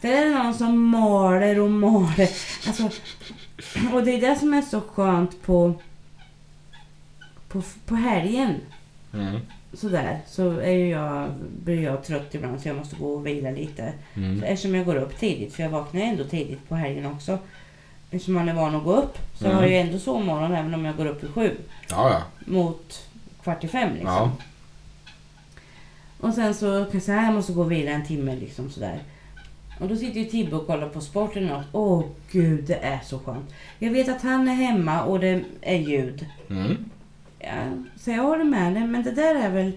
B: Det är någon som maler och maler. Alltså, och det är det som är så skönt på, på, på helgen.
A: Mm.
B: Sådär, så är ju jag, blir jag trött ibland så jag måste gå och vila lite.
A: Mm.
B: Eftersom jag går upp tidigt, för jag vaknar ju ändå tidigt på helgen också. Eftersom man är van att gå upp så
A: Mm.
B: har jag ju ändå sovmorgon även om jag går upp vid sju
A: Ja, ja.
B: mot kvart i fem. Liksom.
A: ja.
B: Och sen så kan jag säga "Ah, jag måste gå och vila en timme. Liksom, sådär. Och då sitter ju Tibbe och kollar på sporten och åh gud det är så skönt. Jag vet att han är hemma och det är ljud.
A: Mm.
B: Ja, så jag håller med dig men det där är väl,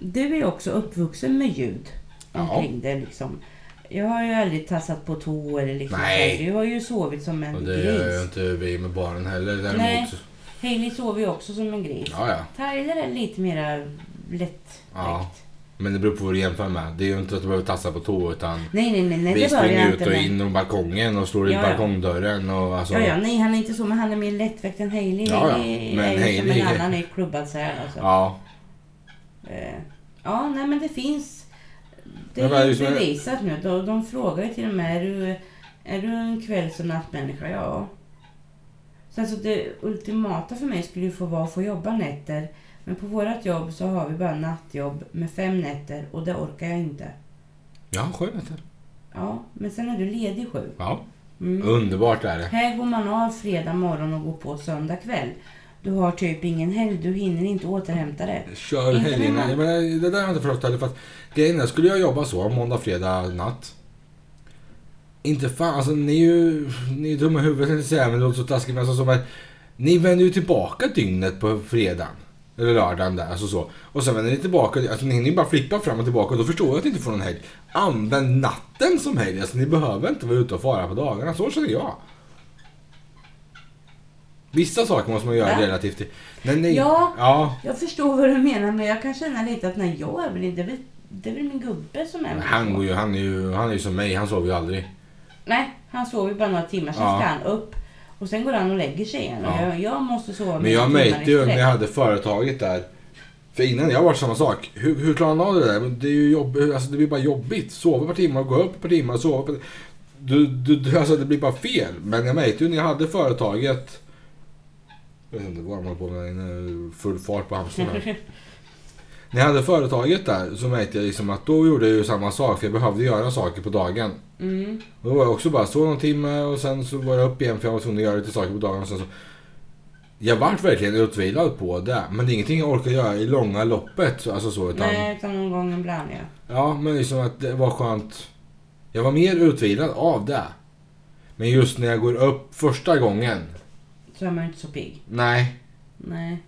B: du är ju också uppvuxen med ljud
A: Ja.
B: omkring dig. Liksom. Jag har ju aldrig tassat på tå eller liksom så
A: Nej.
B: här. Du har ju sovit som en
A: Och det gör ju
B: gris.
A: inte vi med barnen heller. Däremot...
B: Nej. Hailey sover ju också som en gris.
A: Ja, ja.
B: Tyler är lite mera lätt
A: Ja. Men det beror på vad du jämför med. Det är ju inte att du behöver tassa på tå utan
B: Nej, nej, nej, nej
A: vi
B: det bör jag
A: springer ut
B: inte
A: och
B: med.
A: in på balkongen och slår i
B: Ja, ja.
A: balkongdörren och alltså...
B: Ja, ja, nej han är inte så, men han är mer lättväckt än Hailey.
A: Ja, ja.
B: Hailey
A: Men
B: är ju som
A: Hailey-
B: en annan är klubbad så här alltså.
A: Ja.
B: Eh, ja, nej men det finns. Det
A: Men vad är
B: är
A: det
B: ju
A: som är-
B: bevisat nu. De, de frågar ju till och med, är du, är du en kvälls och nattmänniska? Ja. Så alltså det ultimata för mig skulle ju få vara att få jobba nätter. Men på vårat jobb så har vi bara nattjobb med fem nätter och det orkar jag inte.
A: Ja, skönt.
B: Ja, men sen är du ledig sju.
A: Ja.
B: Mm.
A: Underbart är det.
B: Här går man av fredag morgon och går på söndag kväll. Du har typ ingen helg, du hinner inte återhämta dig.
A: Kör
B: Inte
A: helgerna.
B: hemma.
A: Jag menar, det där har jag inte förstått heller. För att grejen är, skulle jag jobba så måndag, fredag, natt. Inte fan, alltså ni är ju ni är dumma i huvudet, tänkte jag säga, men det låter så taskigt. Men alltså, som att, ni vänder ju tillbaka dygnet på fredagen. Eller lördagen där, alltså så. Och sen vänder ni tillbaka, alltså ni hinner ju bara flippa fram och tillbaka. Och då förstår jag att ni inte får någon helg. Använd natten som helg. Alltså ni behöver inte vara ute och fara på dagarna. Så känner jag. Vissa saker måste man göra
B: Va?
A: relativt till. Nej, nej.
B: Ja.
A: ja.
B: Jag förstår vad du menar men jag kan känna lite att nej jag är väl inte, det är väl- det är väl min gubbe som är
A: Men
B: med.
A: Han, går ju, han, är ju, han är ju som mig, han sover ju aldrig.
B: Nej, han sover ju bara några timmar, sen
A: Ja.
B: ska han upp. Och sen går han och lägger sig igen. Och
A: Ja.
B: jag, jag måste sova
A: Men jag
B: mina timmar
A: märkte ju
B: i
A: när
B: sträck.
A: jag hade företaget där. För innan jag var samma sak. Hur, hur klarar man av det där? Men Det, är ju jobb, alltså det blir bara jobbigt. Sova på timmar, gå upp på timmar, sova på... Du, du, du, alltså det blir bara fel. Men jag märkte ju när jag hade företaget. Jag vet inte vad de håller på med. nu, Full fart på hamstern här. När jag hade företaget där så märkte jag liksom att då gjorde jag ju samma sak. För jag behövde göra saker på dagen.
B: mm.
A: Och Då var jag också bara så någon timme och sen så var jag upp igen för jag var tvungen att göra lite saker på dagen. Och sen så. Jag vart verkligen utvilad på det. Men det är ingenting jag orkar göra i långa loppet. så- Alltså så, utan,
B: Nej, utan någon gång ibland ja.
A: Ja, men liksom att det var skönt. Jag var mer utvilad av det. Men just när jag går upp första gången.
B: Så är man ju inte så pigg.
A: Nej.
B: Nej.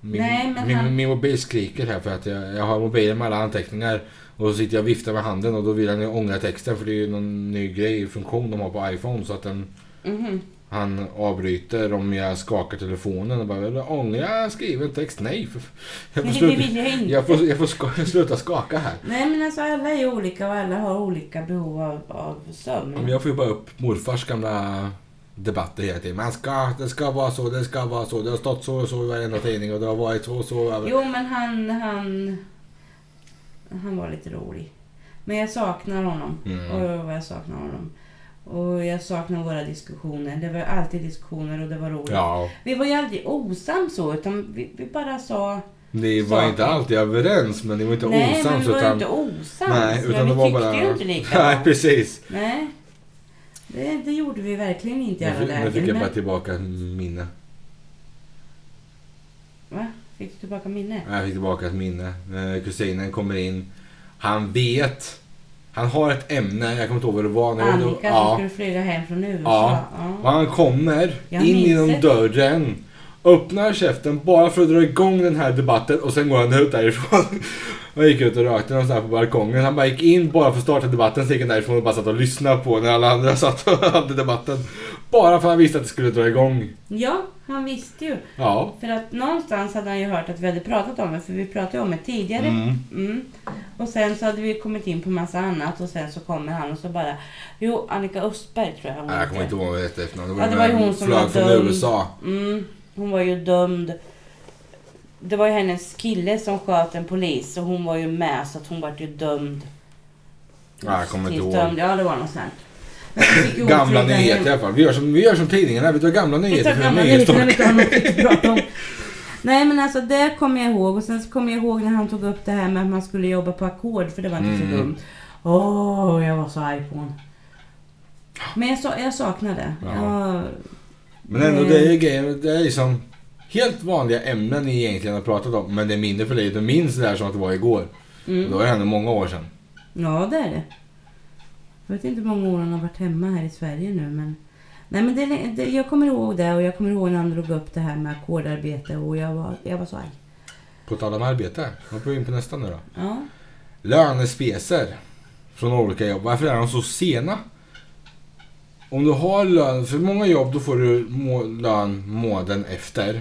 A: Min,
B: Nej, men
A: min,
B: han-
A: min mobil skriker här för att jag, jag har mobilen med alla anteckningar. Och så sitter jag och viftar med handen och då vill han ju ångra texten för det är ju någon ny grej, funktion de har på iPhone. Så att den
B: Mhm.
A: Han avbryter om jag skakar telefonen och bara "Vill du ångra skriven text. Nej, för,
B: Nej,
A: jag, får
B: det
A: sluta,
B: vill jag inte.
A: jag, får, jag får ska, sluta skaka här.
B: Nej men alltså alla är ju olika och alla har olika behov av, av sömn.
A: Men Jag får ju bara upp morfars gamla debatter hela tiden. Man ska, det ska vara så, det ska vara så. Det har stått så och så i varenda tidning och det har varit så och så. över-
B: Jo, men han, han... Han var lite rolig. Men jag saknar honom.
A: Mm.
B: Och vad jag saknar honom. Och jag saknar våra diskussioner. Det var alltid diskussioner och det var roligt.
A: Ja,
B: Vi var ju aldrig osams så, utan vi, vi bara sa...
A: ni var
B: Saker.
A: inte alltid överens men ni var inte
B: nej, men
A: osams.
B: vi var ju
A: utan,
B: inte osams.
A: nej,
B: men
A: utan
B: vi
A: det var
B: tyckte
A: bara...
B: ju inte likadant.
A: Nej, precis.
B: nej. Det, det gjorde vi verkligen inte i
A: Nu
B: alla
A: fick- nu
B: lägen.
A: fick jag
B: men-
A: bara tillbaka minne.
B: Va? Fick du tillbaka minnet?
A: Ja, Jag fick tillbaka ett minne. Eh, Kusinen kommer in. Han vet. Han har ett ämne. Jag kommer inte ihåg vad det var. Nej, det var-
B: Annika som
A: ja.
B: skulle flyga hem från USA.
A: Ja. Och
B: Ja.
A: han kommer
B: Jag
A: in
B: minns
A: genom
B: det.
A: dörren. Öppnar käften bara för att dra igång den här debatten och sen går han ut därifrån. Han gick ut och rökte någonstans på balkongen. Han bara gick in bara för att starta debatten, sen gick han därifrån och bara satt och lyssnade på när alla andra satt och hade debatten. Bara för att han visste att det skulle dra igång.
B: ja, han visste ju.
A: Ja.
B: För att någonstans hade han ju hört att vi hade pratat om det, för vi pratade ju om det tidigare.
A: Mm.
B: Mm. Och sen så hade vi kommit in på massa annat och sen så kommer han och så bara... Jo, Annika Östberg tror jag hon
A: Nej, jag kommer
B: hette.
A: inte ihåg vad det hette efter någon.
B: Ja, det var ju hon som
A: flög
B: var
A: från
B: dömd.
A: USA.
B: Mm. Hon var ju dömd. Det var ju hennes kille som sköt en polis och hon var ju med så att hon vart ju dömd.
A: Ja, jag kommer inte
B: Tills
A: ihåg.
B: Dömd. Ja, det var något sånt. Men så fick ju hon
A: Gamla
B: flyga
A: nyheter i alla fall. Vi gör som, vi gör som tidningarna, vi tar gamla
B: Jag
A: nyheter
B: tar
A: från
B: gamla nyheter när vi
A: nyhetstork.
B: inte har något att prata om. Nej men alltså det kommer jag ihåg och sen så kommer jag ihåg när han tog upp det här med att man skulle jobba på ackord för det var inte
A: Mm.
B: så dumt. Åh, jag var så arg på honom. Men jag, sa, jag saknade.
A: Ja.
B: Ja.
A: Men ändå,
B: Mm.
A: det är ju grejer, det är liksom helt vanliga ämnen ni egentligen har pratat om. Men det är mindre för dig, du minns det här som att det var igår.
B: Mm.
A: Då är det ändå många år sedan.
B: ja, det är det. Jag vet inte hur många år han har varit hemma här i Sverige nu men... Nej men det, det, jag kommer ihåg det och jag kommer ihåg när han drog upp det här med ackordarbete och jag var, jag var så arg.
A: På tal om arbete, då går vi in på nästa nu då.
B: Ja.
A: Lönespecer. från olika jobb. Varför är de så sena? Om du har lön, för många jobb då får du må, lön månaden efter.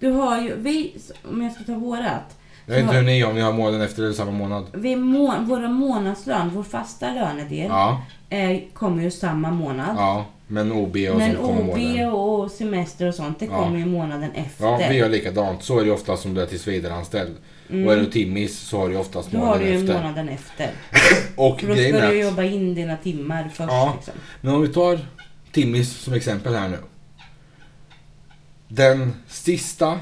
B: Du har ju, vi, om jag ska ta vårat.
A: Jag vet inte
B: Ja.
A: hur ni gör, om ni har månaden efter eller samma månad.
B: Vi må, våra månadslön, vår fasta lönedel,
A: Ja,
B: eh, kommer ju samma månad.
A: ja. Men OB och
B: Men
A: sånt kommer
B: OB
A: månaden.
B: och semester och sånt, det
A: Ja.
B: kommer ju månaden efter.
A: Ja, vi gör likadant. Så är det oftast om du är tillsvidareanställd.
B: Mm.
A: Och är du timmis så har du oftast
B: Då har
A: månaden
B: du ju
A: efter.
B: månaden efter.
A: Och
B: För då ska
A: grejen
B: du
A: är att,
B: jobba in dina timmar först.
A: Ja.
B: Liksom.
A: men om vi tar timmis som exempel här nu. Den sista,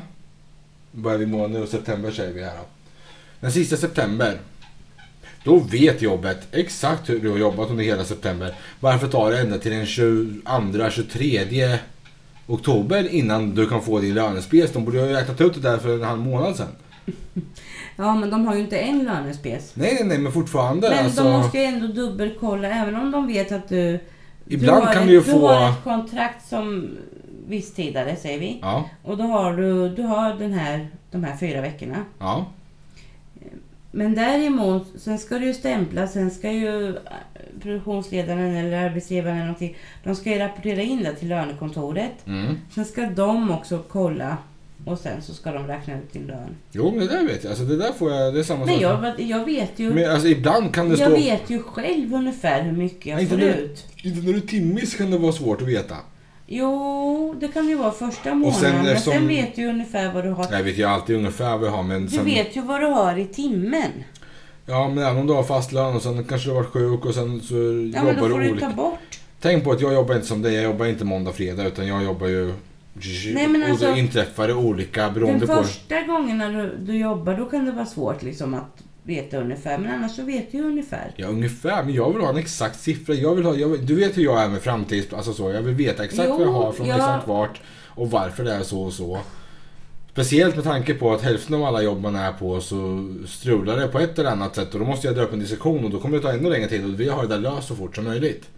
A: börjar vi månad nu, september säger vi här då. Den sista september, då vet jobbet exakt hur du har jobbat under hela september. Varför ta det ända till den 22, 23 oktober innan du kan få din lönespec? De borde ju ha räknat ut det där för en halv månad sedan.
B: Ja, men de har ju inte en lönespec.
A: Nej, nej, nej, men fortfarande.
B: Men
A: alltså,
B: de måste ju ändå dubbelkolla, även om de vet att du...
A: Ibland
B: du har
A: kan
B: ett,
A: du ju
B: Du
A: få-
B: har ett kontrakt som visstidare, säger vi.
A: Ja,
B: Och då har du, du har den här, de här fyra veckorna.
A: ja,
B: Men däremot, sen ska du ju stämpla, sen ska ju eh, produktionsledaren eller arbetsgivaren eller någonting, de ska ju rapportera in det till lönekontoret.
A: mm.
B: Sen ska de också kolla och sen så ska de räkna ut din lön.
A: Jo, men det där vet jag. Alltså, det där får jag, det är samma
B: Men
A: sak.
B: jag, jag vet ju,
A: Men alltså, ibland kan det
B: jag
A: stå...
B: vet ju själv ungefär hur mycket jag
A: Nej,
B: får
A: inte nu.
B: ut.
A: Inte när du är timmis kan det vara svårt att veta.
B: Jo, det kan ju vara första månaden,
A: Och sen
B: men
A: eftersom-
B: sen vet du ju ungefär vad du har.
A: Jag vet ju alltid ungefär vad jag har, men
B: Du
A: sen...
B: vet ju vad du har i timmen.
A: Ja, men även om du har fast lön och sen kanske du har varit sjuk och sen så
B: Ja, men
A: jobbar
B: då får
A: du
B: du ta
A: olika.
B: bort.
A: Tänk på att jag jobbar inte som dig. Jag jobbar inte måndag, fredag, utan jag jobbar ju...
B: Nej, men
A: och då
B: alltså-
A: inträffar det olika beroende
B: Den
A: på...
B: första gången när du, du jobbar, då kan det vara svårt liksom att veta ungefär. Men annars så vet du ju ungefär.
A: Ja, ungefär. Men jag vill ha en exakt siffra. Jag vill ha, jag vill, du vet hur jag är med framtids... Alltså så. Jag vill veta exakt
B: Jo,
A: vad jag har från
B: ja.
A: exakt vart och varför det är så och så. Speciellt med tanke på att hälften av alla jobb man är på så strular det på ett eller annat sätt och då måste jag dra upp en dissektion och då kommer det ta ännu längre tid och vi har det där löst så fort som möjligt.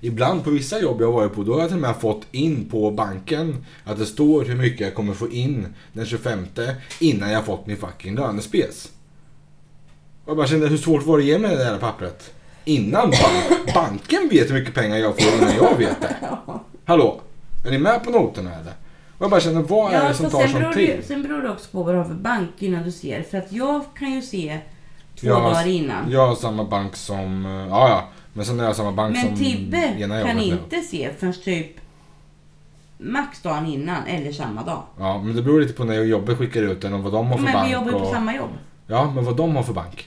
A: Ibland på vissa jobb jag har varit på då har jag till och med fått in på banken att det står hur mycket jag kommer få in den 25 innan jag fått min fucking lönespes. Och jag bara kände hur svårt var det att ge mig det där pappret? Innan ban- banken vet hur mycket pengar jag får innan jag vet det. Hallå? Är ni med på noterna eller? Och jag bara kände vad är det som
B: fast
A: tar
B: sen,
A: sån
B: beror
A: tid?
B: det, sen beror det också på vad du har för bank innan du ser. För att jag kan ju se två
A: Jag har-
B: dagar innan.
A: Jag har samma bank som... eh, Ja, ja. Men sen har jag samma bank
B: men
A: som...
B: Tibbe
A: ena
B: kan
A: jobbet nu.
B: inte se förrän typ max dagen innan eller samma dag.
A: Ja, men det beror lite på när jobbet skickar ut den och vad de har för
B: Men
A: bank.
B: vi jobbar ju på
A: och...
B: samma jobb.
A: Ja, men vad de har för bank.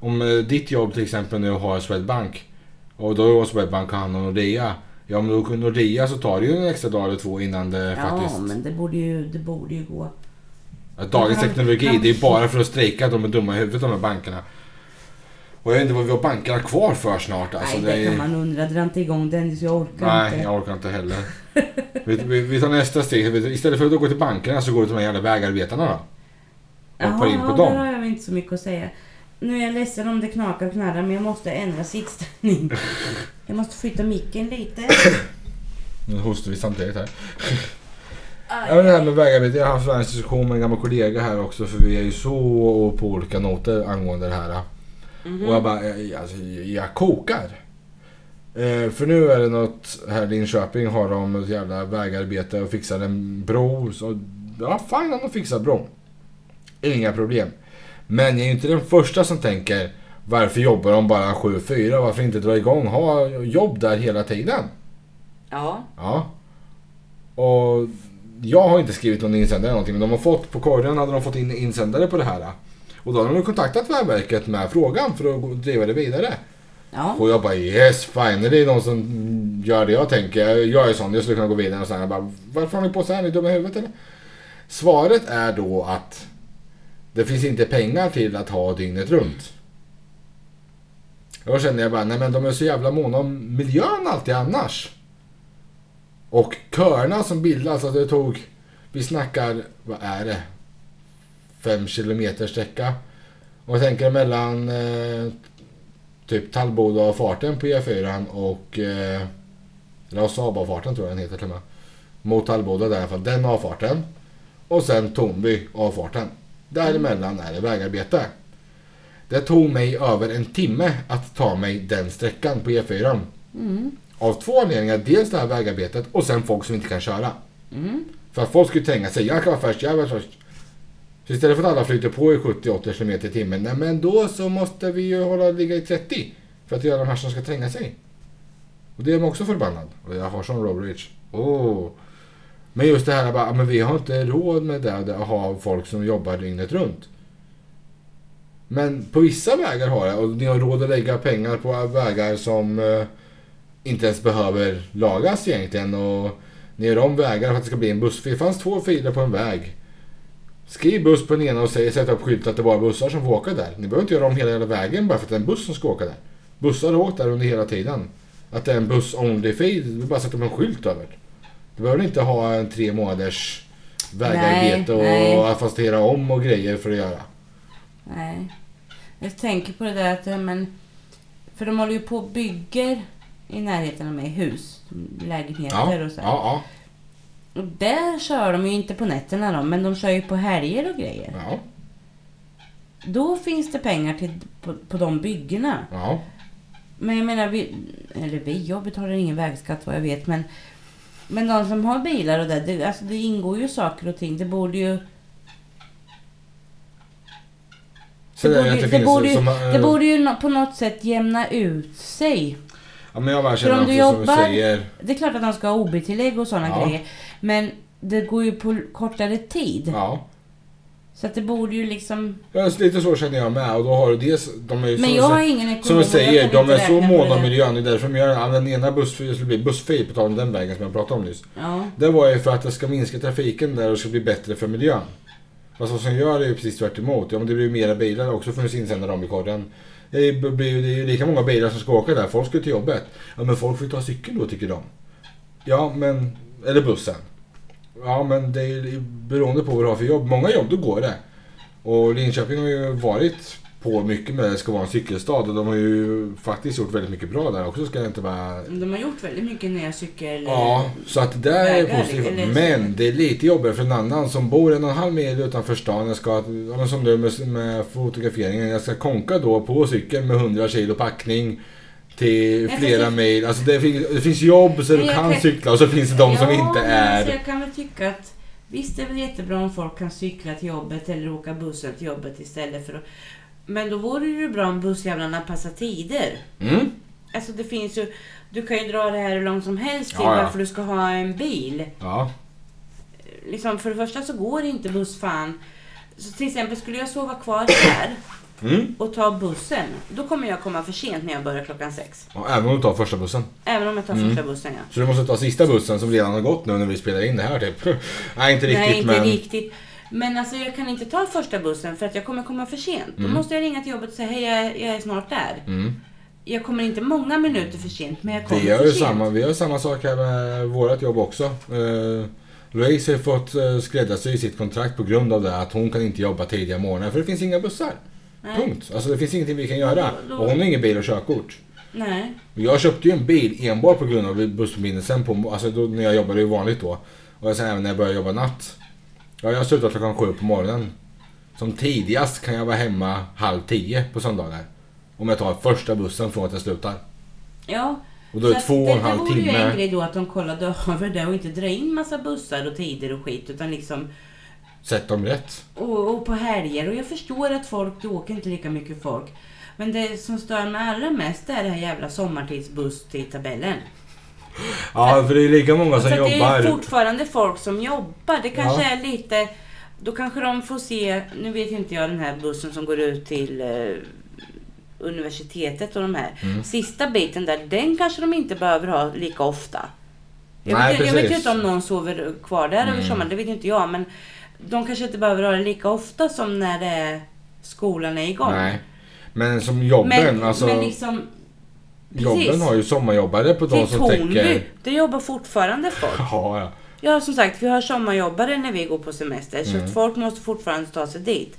A: Om eh, ditt jobb till exempel nu har Swedbank och då har Swedbank hand om Nordea. Ja, men då kunde Nordea så tar det ju en extra dag eller två innan det faktiskt...
B: Ja, men det borde ju, det borde ju gå.
A: Att dagens
B: Han-
A: teknologi,
B: han-
A: det är bara för att strejka att de är dumma i huvudet de här bankerna. Och jag vet inte vad vi har bankerna kvar för snart. Alltså,
B: Nej, det,
A: är-
B: kan man undra. Dra inte igång Dennis, jag orkar
A: Nej,
B: inte.
A: jag orkar inte heller. vi, vi, vi tar nästa steg. Vi- Istället för att gå till bankerna så går vi till de här jävla vägarbetarna då. och hoppar in på
B: ja,
A: dem.
B: där har jag väl inte så mycket att säga. Nu är jag ledsen om det knakar och knarrar, men jag måste ändra sittställning. jag måste flytta micken lite.
A: Nu hostar vi samtidigt här.
B: Aj.
A: Även det här med vägarbete. Jag har haft en diskussion med en gammal kollega här också för vi är ju så på olika noter angående det här. Och jag bara, jag- jag- alltså, jag kokar. Eh, för nu är det något här i Linköping har de ett jävla vägarbete och fixar en bro. Så, ja, fan om de fixar bron. Inga problem. Men jag är ju inte den första som tänker varför jobbar de bara 7-4? Varför inte dra igång ha jobb där hela tiden?
B: Ja.
A: Ja. Och jag har inte skrivit någon insändare eller någonting men de har fått, på korgen hade de fått in insändare på det här. Och då har de kontaktat Vägverket med frågan för att gå- driva det vidare.
B: ja.
A: Och jag bara yes finally någon som gör det jag tänker. Jag är sån, jag skulle kunna gå vidare och sen jag bara varför har ni på så här, är ni dumma i huvudet eller? Svaret är då att det finns inte pengar till att ha dygnet runt. Då känner jag bara, nej men de är så jävla måna om miljön alltid annars. Och köerna som bildas, att det tog, vi snackar, vad är det? Fem kilometer sträcka. Och jag tänker mellan eh, typ Tallboda och farten på E4 och eh, eller Saab-avfarten tror jag den heter till och med. Mot Tallboda där i alla fall. Den avfarten. Och sen Tomby avfarten. Däremellan är det vägarbete. Det tog mig över en timme att ta mig den sträckan på E4.
B: Mm.
A: Av två anledningar. Dels det här vägarbetet och sen folk som inte kan köra.
B: Mm.
A: För att folk skulle tänka sig, jag kan vara först, jag var först. Så istället för att alla flyter på i 70-80 km i timmen, nej men då så måste vi ju hålla ligga i 30 för att göra de här som ska tränga sig. Och det gör mig också förbannad. Och jag har sån road rage. Åh. Men just det här bara, men vi har inte råd med det, det att ha folk som jobbar dygnet runt. Men på vissa vägar har jag och ni har råd att lägga pengar på vägar som eh, inte ens behöver lagas egentligen. Och ni gör om vägar för att det ska bli en bussfil. Det fanns två filer på en väg. Skriv buss på den ena och säg, sätt upp skylt att det bara är bussar som får åka där. Ni behöver inte göra om hela jävla vägen bara för att det är en buss som ska åka där. Bussar har åkt där under hela tiden. Att det är en buss only fil, det är bara att sätta upp en skylt över. Du behöver inte ha en tre månaders vägarbete
B: Nej, nej.
A: och asfaltera om och grejer för att göra.
B: Nej. Jag tänker på det där att, ja, men, för de håller ju på och bygger i närheten av mig hus, lägenheter
A: Ja,
B: och så. här.
A: ja,
B: Och där kör de ju inte på nätterna då, men de kör ju på helger och grejer.
A: ja,
B: Då finns det pengar till, på, på de byggena.
A: ja,
B: Men jag menar, vi, eller vi, jag betalar ingen vägskatt vad jag vet, men, men de som har bilar och det, det, alltså det ingår ju saker och ting. Det borde ju,
A: Så
B: Det
A: det, är
B: borde ju-
A: att det,
B: det
A: finns
B: borde ju-
A: som, eh,
B: det borde ju nå- på något sätt jämna ut sig.
A: ja, men jag bara
B: För
A: känner
B: om du
A: också som du
B: jobbar-
A: säger.
B: Det är klart att de ska ha OB-tillägg och sådana
A: Ja.
B: grejer, men det går ju på kortare tid.
A: Ja.
B: Så att det borde ju liksom...
A: Ja, så lite så känner jag med och då har du dels, de är ju
B: Men
A: som,
B: jag har
A: jag
B: ingen ekonomi.
A: som jag
B: jag
A: säger,
B: kan
A: de
B: inte
A: är så
B: räkna på det
A: måna om
B: där.
A: miljön. Det är därför de gör ja, den ena bussfilen skulle bli bussfil på tal om den vägen som jag pratade om nyss.
B: Ja.
A: Det var ju för att det ska minska trafiken där och det ska bli bättre för miljön. Fast vad som gör det är ju precis tvärt emot. Ja, men det blir ju mera bilar också från insändare om i korgen. Det blir ju det är ju lika många bilar som ska åka där. Folk ska ju till jobbet. Ja, men folk får ju ta cykeln då tycker de. Ja, men... Eller bussen. Ja, men det är ju beroende på vad du har för jobb. Många jobb, då går det. Och Linköping har ju varit på mycket med att det ska vara en cykelstad och de har ju faktiskt gjort väldigt mycket bra där också ska jag inte vara
B: De har gjort väldigt mycket nya cykel...
A: Ja, så att det där är
B: vägar, eller-
A: positivt. Men det är lite jobbigare för en annan som bor en och en halv mil utanför stan. Jag ska, ja, men som du med, med fotograferingen, jag ska konka då på cykeln med 100 kilo packning till
B: fast
A: flera
B: det-
A: mil. Alltså det finns, det finns jobb så
B: Men
A: du
B: jag
A: kan
B: kan-
A: cykla och så finns det de som
B: Ja,
A: inte
B: men
A: är...
B: Alltså jag kan väl tycka att visst det är väl jättebra om folk kan cykla till jobbet eller åka bussen till jobbet istället för att... Men då vore det ju bra om bussjävlarna passar tider.
A: Mm,
B: Alltså det finns ju... Du kan ju dra det här hur långt som helst till
A: Ja, ja.
B: varför du ska ha en bil.
A: ja.
B: Liksom, för det första så går inte buss fan. Så till exempel skulle jag sova kvar här
A: Mm.
B: och ta bussen. Då kommer jag komma för sent när jag börjar klockan sex.
A: Och även om du tar första bussen.
B: Även om jag tar
A: Mm.
B: första bussen ja.
A: Så du måste ta sista bussen som redan har gått nu när vi spelar in det här typ. Nej, inte riktigt
B: Nej, inte
A: men...
B: riktigt. Men alltså jag kan inte ta första bussen för att jag kommer komma för sent. Då
A: Mm.
B: måste jag ringa till jobbet och säga hej jag, jag är snart där.
A: Mm.
B: Jag kommer inte många minuter för sent men jag kommer
A: Vi gör
B: för
A: ju
B: sent.
A: samma, vi gör samma sak här med vårt jobb också. Eh, Louise har ju fått eh, skräddarsy sitt kontrakt på grund av det att hon kan inte jobba tidiga morgnar för det finns inga bussar.
B: Nej.
A: Punkt. Alltså det finns ingenting vi kan göra.
B: Då- då-
A: Och hon har ingen bil och körkort.
B: Nej.
A: Och Jag köpte ju en bil enbart på grund av bussförbindelsen på, alltså då, när jag jobbade ju vanligt då. Och sen även när jag började jobba natt. Ja, jag slutar klockan sju på morgonen. Som tidigast kan jag vara hemma halv tio på söndagar. Om jag tar första bussen från att jag slutar.
B: Ja.
A: Och då är
B: Så
A: det
B: att
A: två och en
B: det-
A: halv
B: Det vore ju
A: timme.
B: en grej då att de kollade över det och inte dra in massa bussar och tider och skit utan liksom
A: Sätt dem rätt.
B: och, och på helger och jag förstår att folk, det åker inte lika mycket folk. Men det som stör mig allra mest är det här jävla sommartidsbuss-tidtabellen.
A: Ja, för det är lika många
B: Så
A: som
B: att det är
A: Alltså, jobbar.
B: fortfarande folk som jobbar. Det kanske
A: Ja.
B: är lite... Då kanske de får se... Nu vet ju inte jag den här bussen som går ut till eh, universitetet och de här.
A: Mm.
B: Sista biten där, den kanske de inte behöver ha lika ofta. Jag,
A: Nej,
B: vet, ju- jag vet ju
A: precis.
B: inte om någon sover kvar där över
A: Mm.
B: sommaren, det vet inte jag. Men de kanske inte behöver ha det lika ofta som när det är skolan är igång.
A: Nej. Men som jobben,
B: men,
A: alltså
B: men liksom precis.
A: jobben har ju sommarjobbare på de
B: till
A: som
B: Tornby,
A: täcker.
B: det jobbar fortfarande folk.
A: Ja, ja.
B: Ja, som sagt, vi har sommarjobbare när vi går på semester, så
A: Mm.
B: att folk måste fortfarande ta sig dit.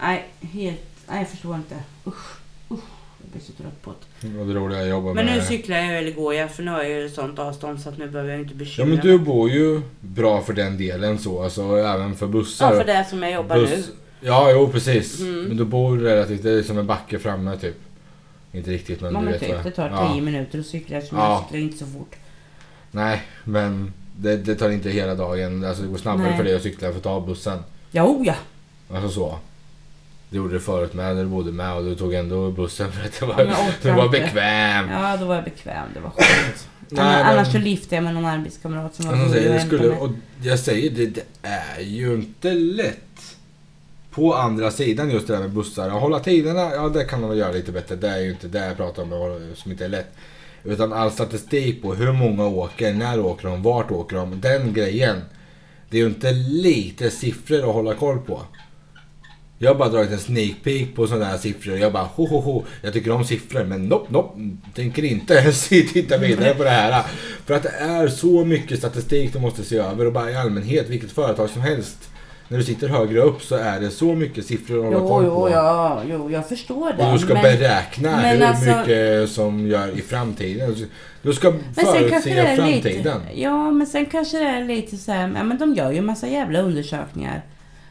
B: Nej, helt... Nej, jag förstår inte. Usch, usch. Jag blir så trött på det.
A: Och det roliga jag jobbar
B: Men nu
A: med.
B: cyklar jag eller går jag, för nu har jag ju sånt avstånd så att nu behöver jag inte
A: Ja
B: bekymra
A: men
B: mig.
A: du bor ju bra för den delen så, alltså även för bussar.
B: Ja, för det som jag jobbar
A: Buss-
B: nu.
A: Ja, jo precis.
B: Mm.
A: Men då bor du relativt, det är som en backe framme typ. Inte riktigt men
B: Man
A: du
B: vet
A: vet vad
B: typ,
A: jag-
B: det tar 10
A: ja.
B: minuter att cykla eftersom
A: Ja.
B: jag cyklar inte så fort.
A: Nej, men det, det tar inte hela dagen. Alltså det går snabbare
B: Nej.
A: för dig att cykla för att ta bussen.
B: Ja, oh ja!
A: Alltså så. Det gjorde det förut med när du bodde med och du tog ändå bussen för att det var,
B: Men jag orkar
A: det var
B: inte.
A: bekvämt.
B: Ja, då var jag bekväm. Det var skönt.
A: Nej,
B: Anna- Annars
A: men-
B: så liftade jag med någon arbetskamrat som var
A: Alltså,
B: gullig
A: det
B: och
A: skulle,
B: hämtade mig.
A: och jag säger det, det är ju inte lätt. På andra sidan just det där med bussar. Att hålla tiderna, ja det kan de väl göra lite bättre. Det är ju inte det jag pratar om och som inte är lätt. Utan all statistik på hur många åker, när åker de, vart åker de. Den grejen. Det är ju inte lite siffror att hålla koll på. Jag har bara dragit en sneak peek på sådana här siffror. Jag bara ho, ho, ho. Jag tycker om siffror men nopp, nopp. Tänker inte ens titta vidare på det här. För att det är så mycket statistik du måste se över och bara i allmänhet, vilket företag som helst. När du sitter högre upp så är det så mycket siffror att hålla
B: Jo,
A: koll på.
B: jo, ja, jo, jag förstår det.
A: Och du ska beräkna
B: men
A: hur
B: alltså-
A: mycket som gör i framtiden. Du ska
B: Men sen kanske det
A: förutse
B: är
A: framtiden.
B: lite, ja, men sen kanske det är lite så här, ja, men de gör ju massa jävla undersökningar.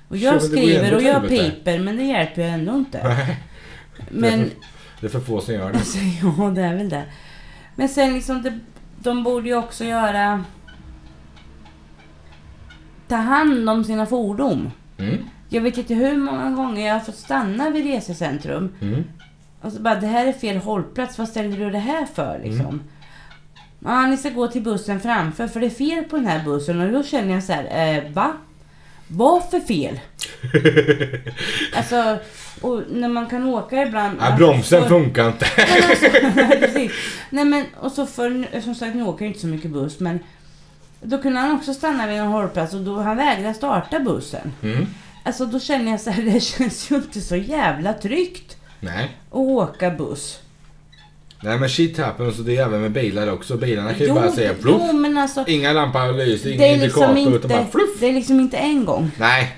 B: Och
A: Ja,
B: jag
A: men det går ju
B: skriver
A: ändå
B: och
A: åt
B: jag
A: helvete.
B: piper, men det hjälper ju ändå inte.
A: Nej,
B: Men,
A: det är för få som gör det.
B: alltså, ja, det är väl det. Men sen liksom, det, de borde ju också göra... Ta hand om sina fordon.
A: Mm,
B: Jag vet inte hur många gånger jag har fått stanna vid resecentrum.
A: mm.
B: Och så bara, det här är fel hållplats, vad ställde du det här för liksom? Ja, ni ska gå till bussen framför för det är fel på den här bussen och då känner jag så här, eh, va? Vad för fel? alltså, och när man kan åka ibland...
A: Nej, bromsen
B: för-
A: funkar inte.
B: Nej, men alltså, precis. Nej men, och så för, som sagt nu åker jag inte så mycket buss men då kunde han också stanna vid en hållplats och då han vägrade starta bussen.
A: Mm.
B: Alltså då känner jag så här, det känns ju inte så jävla tryggt
A: Nej.
B: att åka buss.
A: Nej men shit happens och det är även med bilar också. Bilarna kan ju
B: Jo,
A: bara säga
B: jo
A: pluff.
B: men alltså.
A: Inga lampor lyser,
B: Det
A: ingen
B: är, liksom
A: indikator utan
B: inte,
A: bara fluff.
B: det är liksom inte en gång.
A: Nej.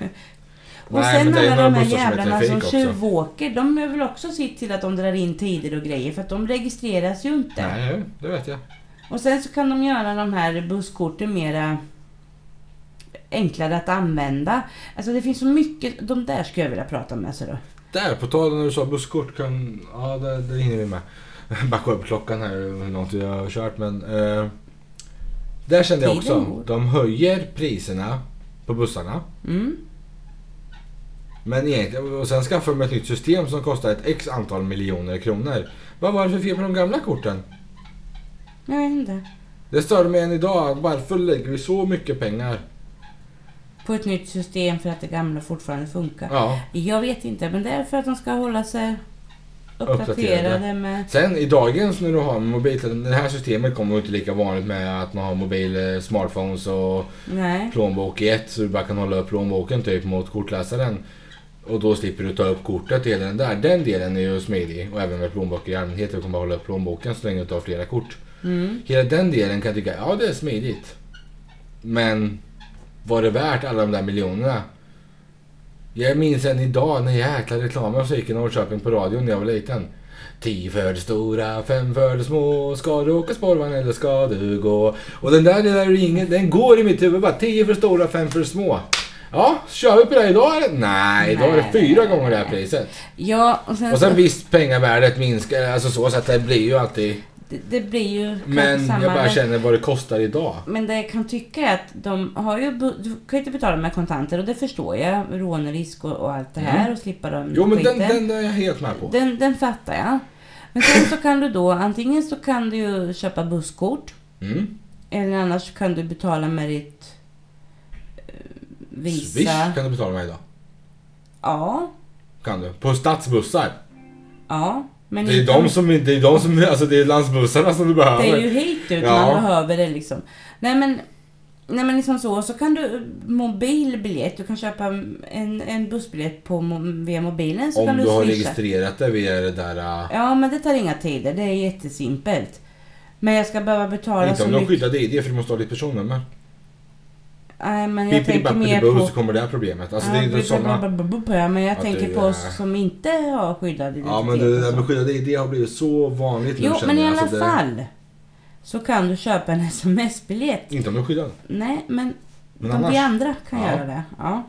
B: Och
A: Nej, men
B: sen
A: det är
B: alla de
A: några
B: här
A: bussar som är
B: jävlarna som
A: trafik också.
B: tjuvåker, de är väl också sitt till att de drar in tider och grejer för att de registreras ju inte.
A: Nej, det vet jag.
B: Och sen så kan de göra de här busskorten mera enklare att använda. Alltså det finns så mycket, de där skulle jag vilja prata med. Så då.
A: Där, på tal om när du sa busskort kan... Ja, det, det hinner vi med. Backa upp klockan här, hur långt vi har kört men... Eh, där kände jag
B: Tiden
A: också.
B: går.
A: De höjer priserna på bussarna.
B: Mm.
A: Men egentligen, och sen skaffar de ett nytt system som kostar ett x antal miljoner kronor. Vad var det för fel på de gamla korten?
B: Jag vet inte.
A: Det störde mig än idag. Varför lägger vi så mycket pengar?
B: På ett nytt system för att det gamla fortfarande funkar.
A: Ja.
B: Jag vet inte, men det är för att de ska hålla sig
A: Uppdaterade.
B: uppdaterade med
A: Sen i dagens när du har mobiltelefon, det här systemet kommer ju inte lika vanligt med att man har mobil, eh, smartphones och
B: Nej.
A: plånbok i ett så du bara kan hålla upp plånboken typ mot kortläsaren. Och då slipper du ta upp kortet i hela den där. Den delen är ju smidig och även med plånböcker i allmänhet. Du kan bara hålla upp plånboken så länge du tar flera kort.
B: Mm.
A: Hela den delen kan jag tycka, ja det är smidigt. Men var det värt alla de där miljonerna? Jag minns än idag när jäkla reklamen som gick i Norrköping på radion när jag var liten. Tio för de stora, fem för de små. Ska du åka spårvagn eller ska du gå? Och den där lilla ringen, den går i mitt huvud bara. Tio för stora, fem för små. Ja, kör vi på det idag eller? Nej, idag är det fyra gånger det här priset.
B: Ja, och sen,
A: Och sen
B: så,
A: visst, pengavärdet minskar, alltså så, så att det blir ju alltid...
B: det, det blir ju kanske
A: Men
B: samma.
A: jag bara
B: men-
A: känner vad det kostar idag.
B: Men det jag kan tycka är att de har ju, bu- du kan ju inte betala med kontanter och det förstår jag. Rånrisk och, och allt det här och slippa de
A: Mm. Jo men den,
B: skiten.
A: den är jag helt med på.
B: den, den fattar jag. Men sen så kan du då, antingen så kan du ju köpa busskort
A: Mm.
B: eller annars kan du betala med ditt eh, Visa.
A: Swish kan du betala med idag.
B: Ja,
A: Kan du. På stadsbussar.
B: ja. Men
A: Det är
B: inte-
A: de som, det är de som, alltså det är landsbussarna som du
B: Det är ju
A: behöver.
B: hit ut
A: Ja.
B: man behöver det liksom. Nej men, nej men liksom så. Så kan du eh, mobilbiljett, du kan köpa en, en bussbiljett på, mo- via mobilen så
A: Om
B: kan
A: du
B: du
A: har
B: swisha.
A: registrerat det via det där. äh,
B: Ja men det tar inga tider, det är jättesimpelt. Men jag ska behöva betala
A: inte
B: så
A: om du har
B: mycket.
A: skyddat ID för du måste ha ditt personnummer.
B: Nej men jag tänker mer
A: Pippidi-bappidi-boo
B: på...
A: så kommer det här problemet. Alltså
B: Ja,
A: det är ju
B: bu-
A: sådana.
B: bu- bu- bu- bu- ja, men jag
A: att
B: tänker
A: du
B: på
A: är-
B: oss som inte har skyddad identitet.
A: Ja men det
B: och
A: där
B: så.
A: med skyddad ID har blivit så vanligt nu
B: Jo
A: känner
B: men i
A: jag.
B: alla
A: Alltså, det-
B: fall. Så kan du köpa en sms-biljett.
A: Inte om du är skyddad.
B: Nej men
A: Men
B: De vi
A: annars.
B: andra kan
A: Ja.
B: göra det. Ja.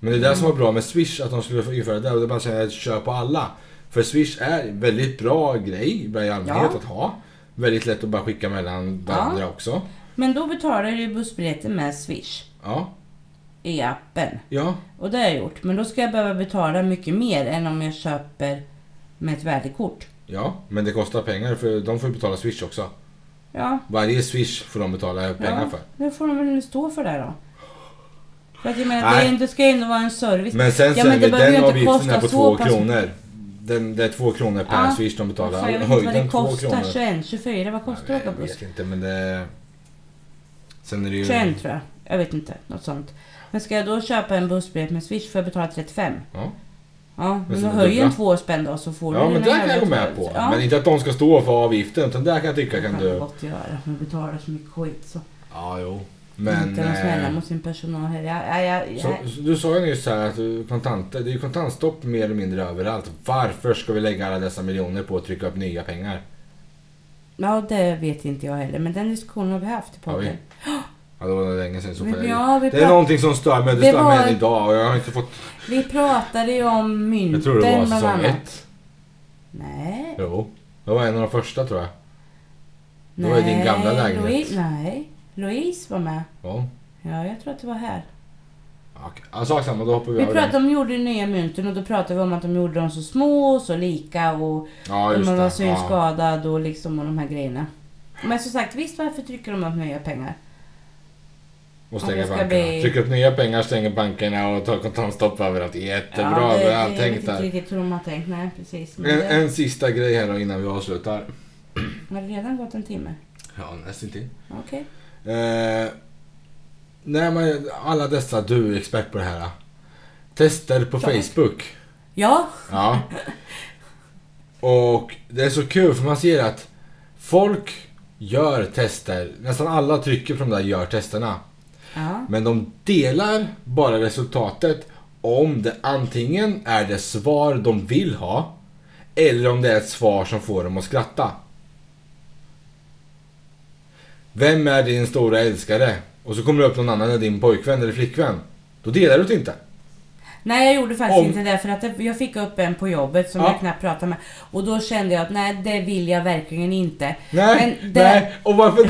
A: Men det är det
B: Mm.
A: som var bra med Swish, att de skulle införa det. Och det är bara att säga kör på alla. För Swish är en väldigt bra grej i allmänhet
B: Ja.
A: att ha. Väldigt lätt att bara skicka mellan
B: Ja.
A: varandra också.
B: Men då betalar du bussbiljetten med Swish
A: Ja.
B: i appen.
A: Ja.
B: Och det har jag gjort. Men då ska jag behöva betala mycket mer än om jag köper med ett värdekort.
A: Ja, men det kostar pengar för de får ju betala Swish också.
B: Ja,
A: Varje Swish får de betala pengar
B: ja.
A: för.
B: Nu får de väl stå för det då. För att jag menar, det,
A: Nej.
B: är, ju- det ska ju ändå vara en service.
A: Men sen
B: Ja,
A: så
B: men
A: är
B: det
A: det
B: behöver
A: den
B: ju inte
A: avgiften
B: kosta
A: är på
B: så
A: två
B: pass-
A: kronor. Den, det är två kronor per
B: Ja.
A: Swish de betalar.
B: Fan, jag vet inte vad det
A: Höjden två
B: kostar.
A: kronor.
B: 21, 24, vad kostar det att åka
A: Jag
B: buss?
A: vet inte men det... Sen är det ju...
B: 21 tror jag. Jag vet inte, något sånt. Men ska jag då köpa en bussbiljett med Swish får jag betala 35.
A: Ja.
B: Ja, men
A: så
B: då
A: det
B: höjer
A: dubbla.
B: en två spänn då så får du
A: Ja men
B: dina
A: det kan jag gå
B: jävla
A: med på.
B: Ja.
A: Men inte att de ska stå för avgiften utan där kan jag tycka
B: Det
A: kan
B: kan
A: du...
B: man gott göra. Man betalar så mycket skit så.
A: Ja jo.
B: inte
A: Men...
B: är de snälla
A: eh,
B: mot sin personal här. Jag, jag, jag,
A: Så, så du sa ju nyss här att du- kontanter, det är ju kontantstopp mer eller mindre överallt. Varför ska vi lägga alla dessa miljoner på att trycka upp nya pengar?
B: ja, det vet inte jag heller. Men den diskussionen har vi haft i
A: Har vi?
B: podden.
A: Ja, det var länge sedan så
B: Men
A: får jag-
B: ja, vi
A: Det är
B: pratar-
A: någonting som stör mig. Det
B: Det
A: stör mig
B: var-
A: än idag och jag har inte fått...
B: Vi pratade ju om mynten
A: Jag tror det var
B: bland
A: säsong
B: annat.
A: ett.
B: Nej.
A: Jo. Det var en av de första tror jag. Det
B: nej.
A: var ju din gamla lägenhet.
B: Louis- nej. Louise var med.
A: Ja.
B: Ja, jag tror att det var här.
A: Ja, Okej. Ja, sak samma, då hoppar vi,
B: Vi
A: över den.
B: pratade om de gjorde nya mynten och då pratade vi om att de gjorde dem så små och så lika och
A: Ja, just
B: man var
A: det. Ja.
B: synskadad och liksom och de här grejerna. Men som sagt, visst varför trycker de upp nya pengar?
A: Och
B: om det
A: stänger
B: ska
A: bankerna.
B: bli-
A: Trycker upp nya pengar, stänger bankerna och tar kontantstopp överallt. Jättebra,
B: Ja, det,
A: det,
B: det,
A: har jag
B: jag vet
A: tänkt
B: inte
A: där.
B: riktigt hur de har tänkt. Nej, precis. Men
A: En,
B: det,
A: en sista grej här då innan vi avslutar.
B: Har det redan gått en timme?
A: Ja, nästan till.
B: Okej.
A: Eh, när man, alla dessa, du är expert på det här. Tester på
B: Jag.
A: Facebook.
B: Ja,
A: Ja. Och det är så kul för man ser att folk gör tester. Nästan alla trycker på de där gör testerna.
B: ja.
A: Men de delar bara resultatet om det antingen är det svar de vill ha eller om det är ett svar som får dem att skratta. Vem är din stora älskare? Och så kommer det upp någon annan än din pojkvän eller flickvän. Då delar du det inte.
B: Nej jag gjorde faktiskt
A: Om-
B: inte det för att det- jag fick upp en på jobbet som
A: Ja.
B: jag knappt pratade med. Och då kände jag att nej det vill jag verkligen inte.
A: Nej,
B: Men det-
A: nej. Och varför,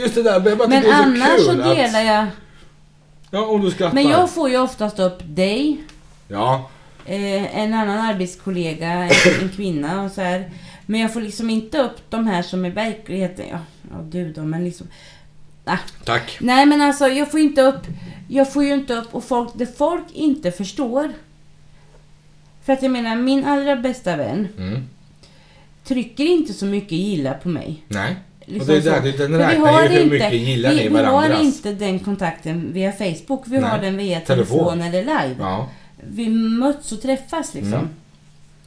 A: just det där, jag bara
B: Men
A: tycker det är så
B: annars så
A: kul att-
B: delar jag.
A: Ja, om du skrattar.
B: Men jag får ju oftast upp dig,
A: Ja,
B: eh, en annan arbetskollega, en, en kvinna och så här. Men jag får liksom inte upp de här som är verkligheten. Ja, ja du då men liksom. Ah.
A: tack.
B: Nej men alltså jag får inte upp, jag får ju inte upp och folk, det folk inte förstår. För att jag menar min allra bästa vän
A: Mm.
B: trycker inte så mycket gilla på mig.
A: Nej.
B: Liksom
A: och det är där,
B: så.
A: det är den
B: För vi
A: räknar
B: har
A: ju hur
B: inte-
A: mycket gillar
B: vi,
A: ni
B: Vi har
A: varandras.
B: inte den kontakten via Facebook. Vi
A: Nej.
B: har den via
A: Telefon.
B: telefon, eller live.
A: Ja.
B: Vi möts och träffas liksom.
A: Mm.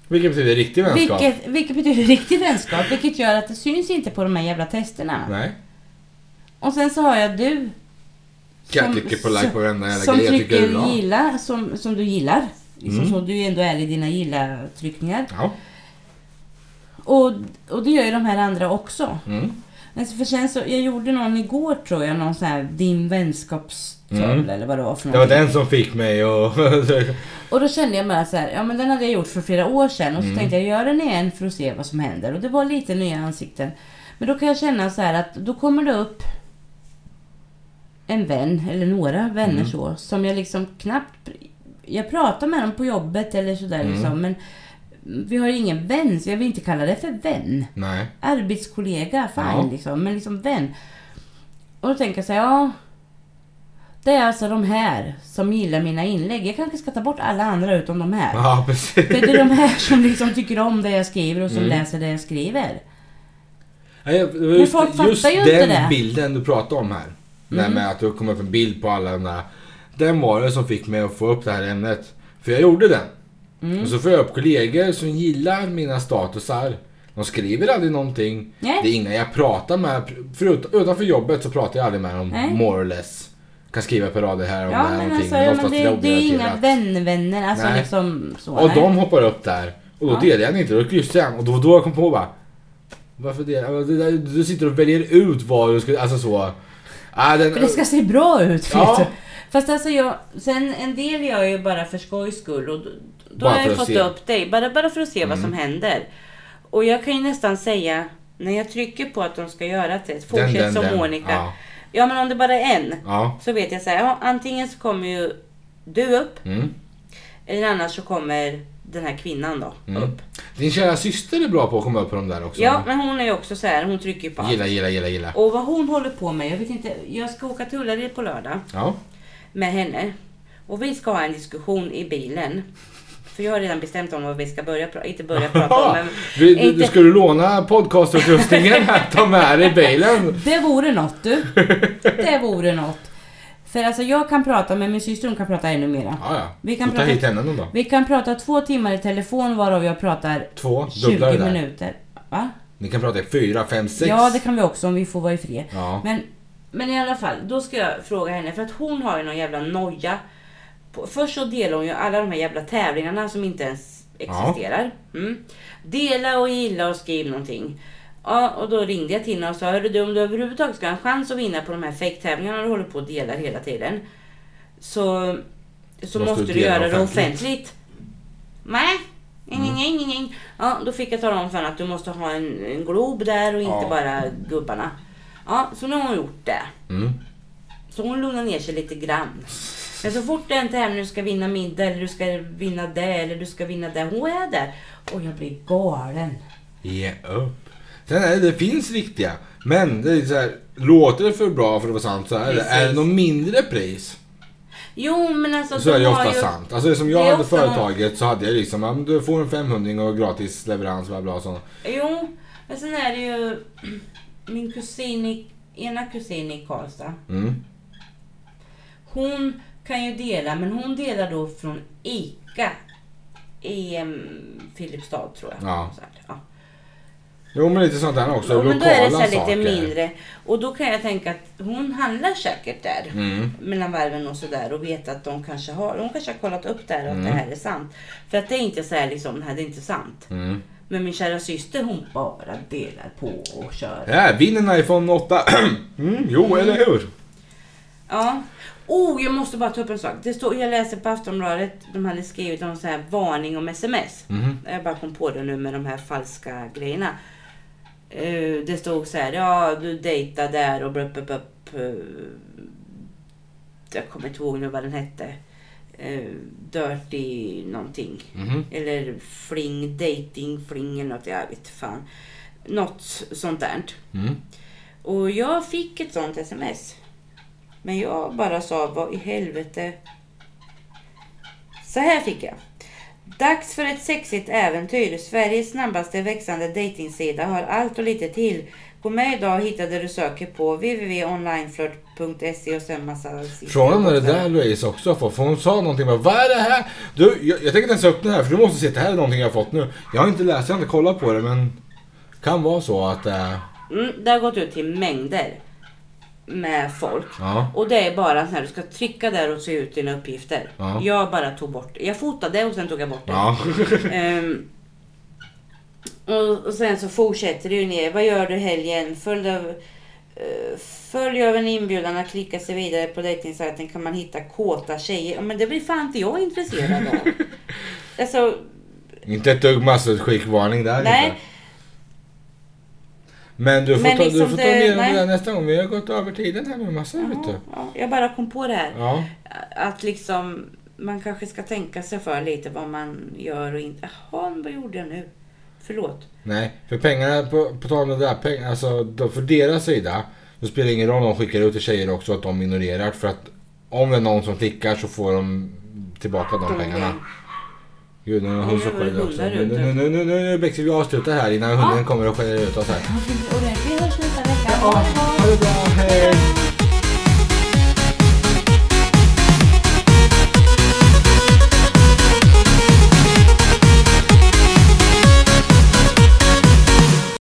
A: Vilket betyder riktig vänskap.
B: Vilket, vilket betyder riktig vänskap. Vilket gör att det syns inte på de här jävla testerna.
A: Nej.
B: Och sen så har jag du.
A: Jag
B: som-
A: tycker på like på varenda jävla
B: Som
A: grej jag tycker det är
B: trycker
A: bra.
B: gilla, som, som du gillar. Liksom
A: Mm.
B: så du ändå är i dina gilla-tryckningar.
A: Ja.
B: Och, och det gör ju de här andra också.
A: Mm.
B: Alltså för sen så, jag gjorde någon igår tror jag, någon sån här din vänskapstövel
A: Mm.
B: eller vad det var för
A: Det var
B: någonting.
A: den som fick mig och...
B: Och då kände jag bara så här, ja men den hade jag gjort för flera år sedan och så
A: Mm.
B: tänkte jag gör den igen för att se vad som händer. Och det var lite nya ansikten. Men då kan jag känna så här att då kommer det upp en vän eller några vänner
A: Mm.
B: så som jag liksom knappt, jag pratar med dem på jobbet eller sådär
A: Mm.
B: liksom men vi har ingen vän så jag vill inte kalla det för vän
A: Nej.
B: arbetskollega, fine
A: Ja.
B: liksom, men liksom vän. Och då tänker jag så här, ja. Det är alltså de här som gillar mina inlägg. Jag kanske ska ta bort alla andra utom de här.
A: Ja, precis.
B: För det är de här som liksom tycker om det jag skriver och som
A: Mm.
B: läser det jag skriver.
A: Nej, det var
B: Men
A: just,
B: folk fattar
A: just
B: ju inte
A: den
B: det.
A: bilden du pratade om här. Mm. Med att du kom upp en bild på alla de där. Den var det som fick mig att få upp det här ämnet. För jag gjorde den.
B: Mm.
A: Och så får jag upp kollegor som gillar mina statusar. De skriver aldrig någonting.
B: Nej.
A: Det är inga jag pratar med. Förut, utanför jobbet så pratar jag aldrig med dem.
B: Nej.
A: More or less. Kan skriva per rad det här om det
B: Ja
A: här
B: men
A: någonting.
B: alltså, ja, men
A: oftast
B: det, det är inga
A: jobbrelaterat.
B: vänvänner. Alltså
A: Nej.
B: liksom så.
A: Och
B: nej.
A: de hoppar upp där. Och då
B: Ja.
A: delar jag den inte, då kryssar jag den. Och då, då kom jag på bara... Varför det? Ja, det där, du sitter och väljer ut vad du ska... Alltså så... Ah, den,
B: För det ska se bra ut.
A: Ja.
B: Vet du. Fast alltså jag, sen en del gör jag ju bara för skojs skull och då, då
A: Bara
B: har jag
A: för
B: ju
A: att
B: fått
A: se. Mm.
B: upp dig. Bara, bara för att se vad som händer. Och jag kan ju nästan säga, när jag trycker på att de ska göra det, fortsätt
A: den,
B: som
A: den.
B: Monica.
A: Ja.
B: Ja. men om det bara är en.
A: Ja.
B: Så vet jag så här, ja, antingen så kommer ju du upp
A: Mm.
B: eller annars så kommer den här kvinnan då
A: Mm.
B: upp.
A: Din kära syster är bra på att komma upp på de där också.
B: Ja, men hon är ju också så här, hon trycker ju på allt.
A: Gilla, gilla, gilla, gilla.
B: Och vad hon håller på med, jag vet inte, jag ska åka till Ullared på lördag.
A: Ja.
B: med henne. Och vi ska ha en diskussion i bilen. För jag har redan bestämt om vad vi ska börja prata inte börja prata om. Men
A: Vi, du, du
B: inte,
A: ska du låna podcastutrustningen här, ta med dig i bilen.
B: Det vore något du. Det vore något. För alltså jag kan prata, men min syster hon kan prata ännu mera.
A: Ja, ja.
B: Vi kan
A: Då tar
B: prata-
A: hit henne någon dag.
B: Vi kan prata två timmar i telefon varav jag pratar
A: Två,
B: 20
A: dubbla det där.
B: minuter. Va?
A: Ni kan prata i fyra, fem, sex.
B: Ja, det kan vi också om vi får vara i fred.
A: Ja.
B: Men, men i alla fall, då ska jag fråga henne för att hon har ju någon jävla noja. På- Först så delar hon ju alla de här jävla tävlingarna som inte ens existerar. Mm. Dela och gilla och skriv någonting. Ja, och då ringde jag till henne och sa, hörru du om du överhuvudtaget ska ha en chans att vinna på de här fake-tävlingarna du håller på och delar hela tiden. Så, så måste,
A: Måste
B: du,
A: du dela
B: göra det
A: offentligt."
B: offentligt. Nej. Mm. Ja, då fick jag tala om för henne att du måste ha en, en glob där och inte
A: Ja.
B: bara gubbarna. Ja, så nu har hon gjort det.
A: Mm.
B: Så hon lugnar ner sig lite grann. Men så fort det är en tävling du ska vinna middag eller du ska vinna det eller du ska vinna det. Hon är där. Och jag blir galen.
A: Ge upp. Sen är det, det finns riktiga. Men det är så här, låter det för bra för att vara sant så är det.
B: Precis.
A: Är det något mindre pris
B: Jo men alltså.
A: så är
B: de
A: det
B: har
A: ofta
B: ju-
A: sant. Alltså som
B: det
A: jag
B: är
A: hade
B: ofta någon-
A: företaget så hade jag liksom, ja, men du får en 500 och gratis leverans bla bla sånt.
B: Jo, men sen är det ju min kusin, i, ena kusin i Karlstad.
A: Mm.
B: Hon kan ju dela, men hon delar då från ICA i em, Filipstad tror jag.
A: Ja.
B: Så här, ja.
A: Jo men lite sånt där också.
B: Jo, men då är det så
A: Lokala
B: här
A: saker.
B: lite mindre. Och då kan jag tänka att hon handlar säkert där.
A: Mm.
B: Mellan varven och sådär och vet att de kanske har, de kanske har kollat upp där och att
A: Mm.
B: det här är sant. För att det är inte så här liksom, det här är inte sant.
A: Mm.
B: Men min kära syster hon bara delar på och kör.
A: Ja, vinn en iPhone 8. mm, jo, eller hur?
B: Ja. Oh, jag måste bara ta upp en sak. Det står, jag läser på Aftonbladet, de hade skrivit om så här varning om sms.
A: Mhm.
B: Jag bara kom på det nu med de här falska grejerna. Eh, det stod så här, ja du dejtar där och blöpp, blöpp, blöpp. eh, jag kommer inte ihåg nu vad den hette. Eh, dirty någonting.
A: Mhm.
B: Eller fling, dating, fling eller något, jag vet fan. Något sånt där.
A: Mm.
B: Och jag fick ett sånt sms. Men jag bara sa, vad i helvete. Så här fick jag. Dags för ett sexigt äventyr. Sveriges snabbaste växande dejtingsida har allt och lite till. Gå med idag och hitta det du söker på www.onlineflirt.se och sen massa...
A: Frågan om det där Louise också har fått, för hon sa någonting med vad är det här? Du, jag, jag tänker inte ens öppna det här för du måste se att det här är någonting jag har fått nu. Jag har inte läst, jag har inte kollat på det men kan vara så att eh, det är...
B: Mm, det har gått ut till mängder med folk.
A: Ja.
B: Och det är bara när du ska trycka där och se ut dina uppgifter.
A: Ja.
B: Jag bara tog bort Jag fotade och sen tog jag bort det.
A: Ja.
B: Ehm, och, och sen så fortsätter det ju ner. Vad gör du helgen? Följ av, eh, följ av en inbjudan att klicka sig vidare på dejtingsajten kan man hitta kåta tjejer. Ja, Men det blir fan inte jag intresserad av. alltså,
A: inte ett dugg massutskickvarning där
B: nej.
A: inte. Men du får
B: Men
A: ta, du
B: liksom
A: får ta
B: det-
A: ner det
B: nej.
A: där nästa gång. Vi har gått över tiden här nu massor vet du.
B: Ja, ja, jag bara kom på det här.
A: Ja.
B: Att liksom, man kanske ska tänka sig för lite vad man gör och inte. Jaha, men vad gjorde jag nu? Förlåt.
A: Nej, för pengarna, på, på tal om det där, peng, alltså då, för deras sida, då spelar det ingen roll om de skickar ut till tjejer också att de ignorerar för att om det är någon som klickar så får de tillbaka de pengarna. Gud, nu har
B: Nu
A: hon
B: var det typ.
A: soppat i det också.
B: hundar
A: Nu,
B: ute.
A: nu, nu, nu, nu, nu Bexi, vi avslutar här innan hunden kommer och skäller ut oss här.
B: Och det är nästa vecka.
A: Ha det bra, hej!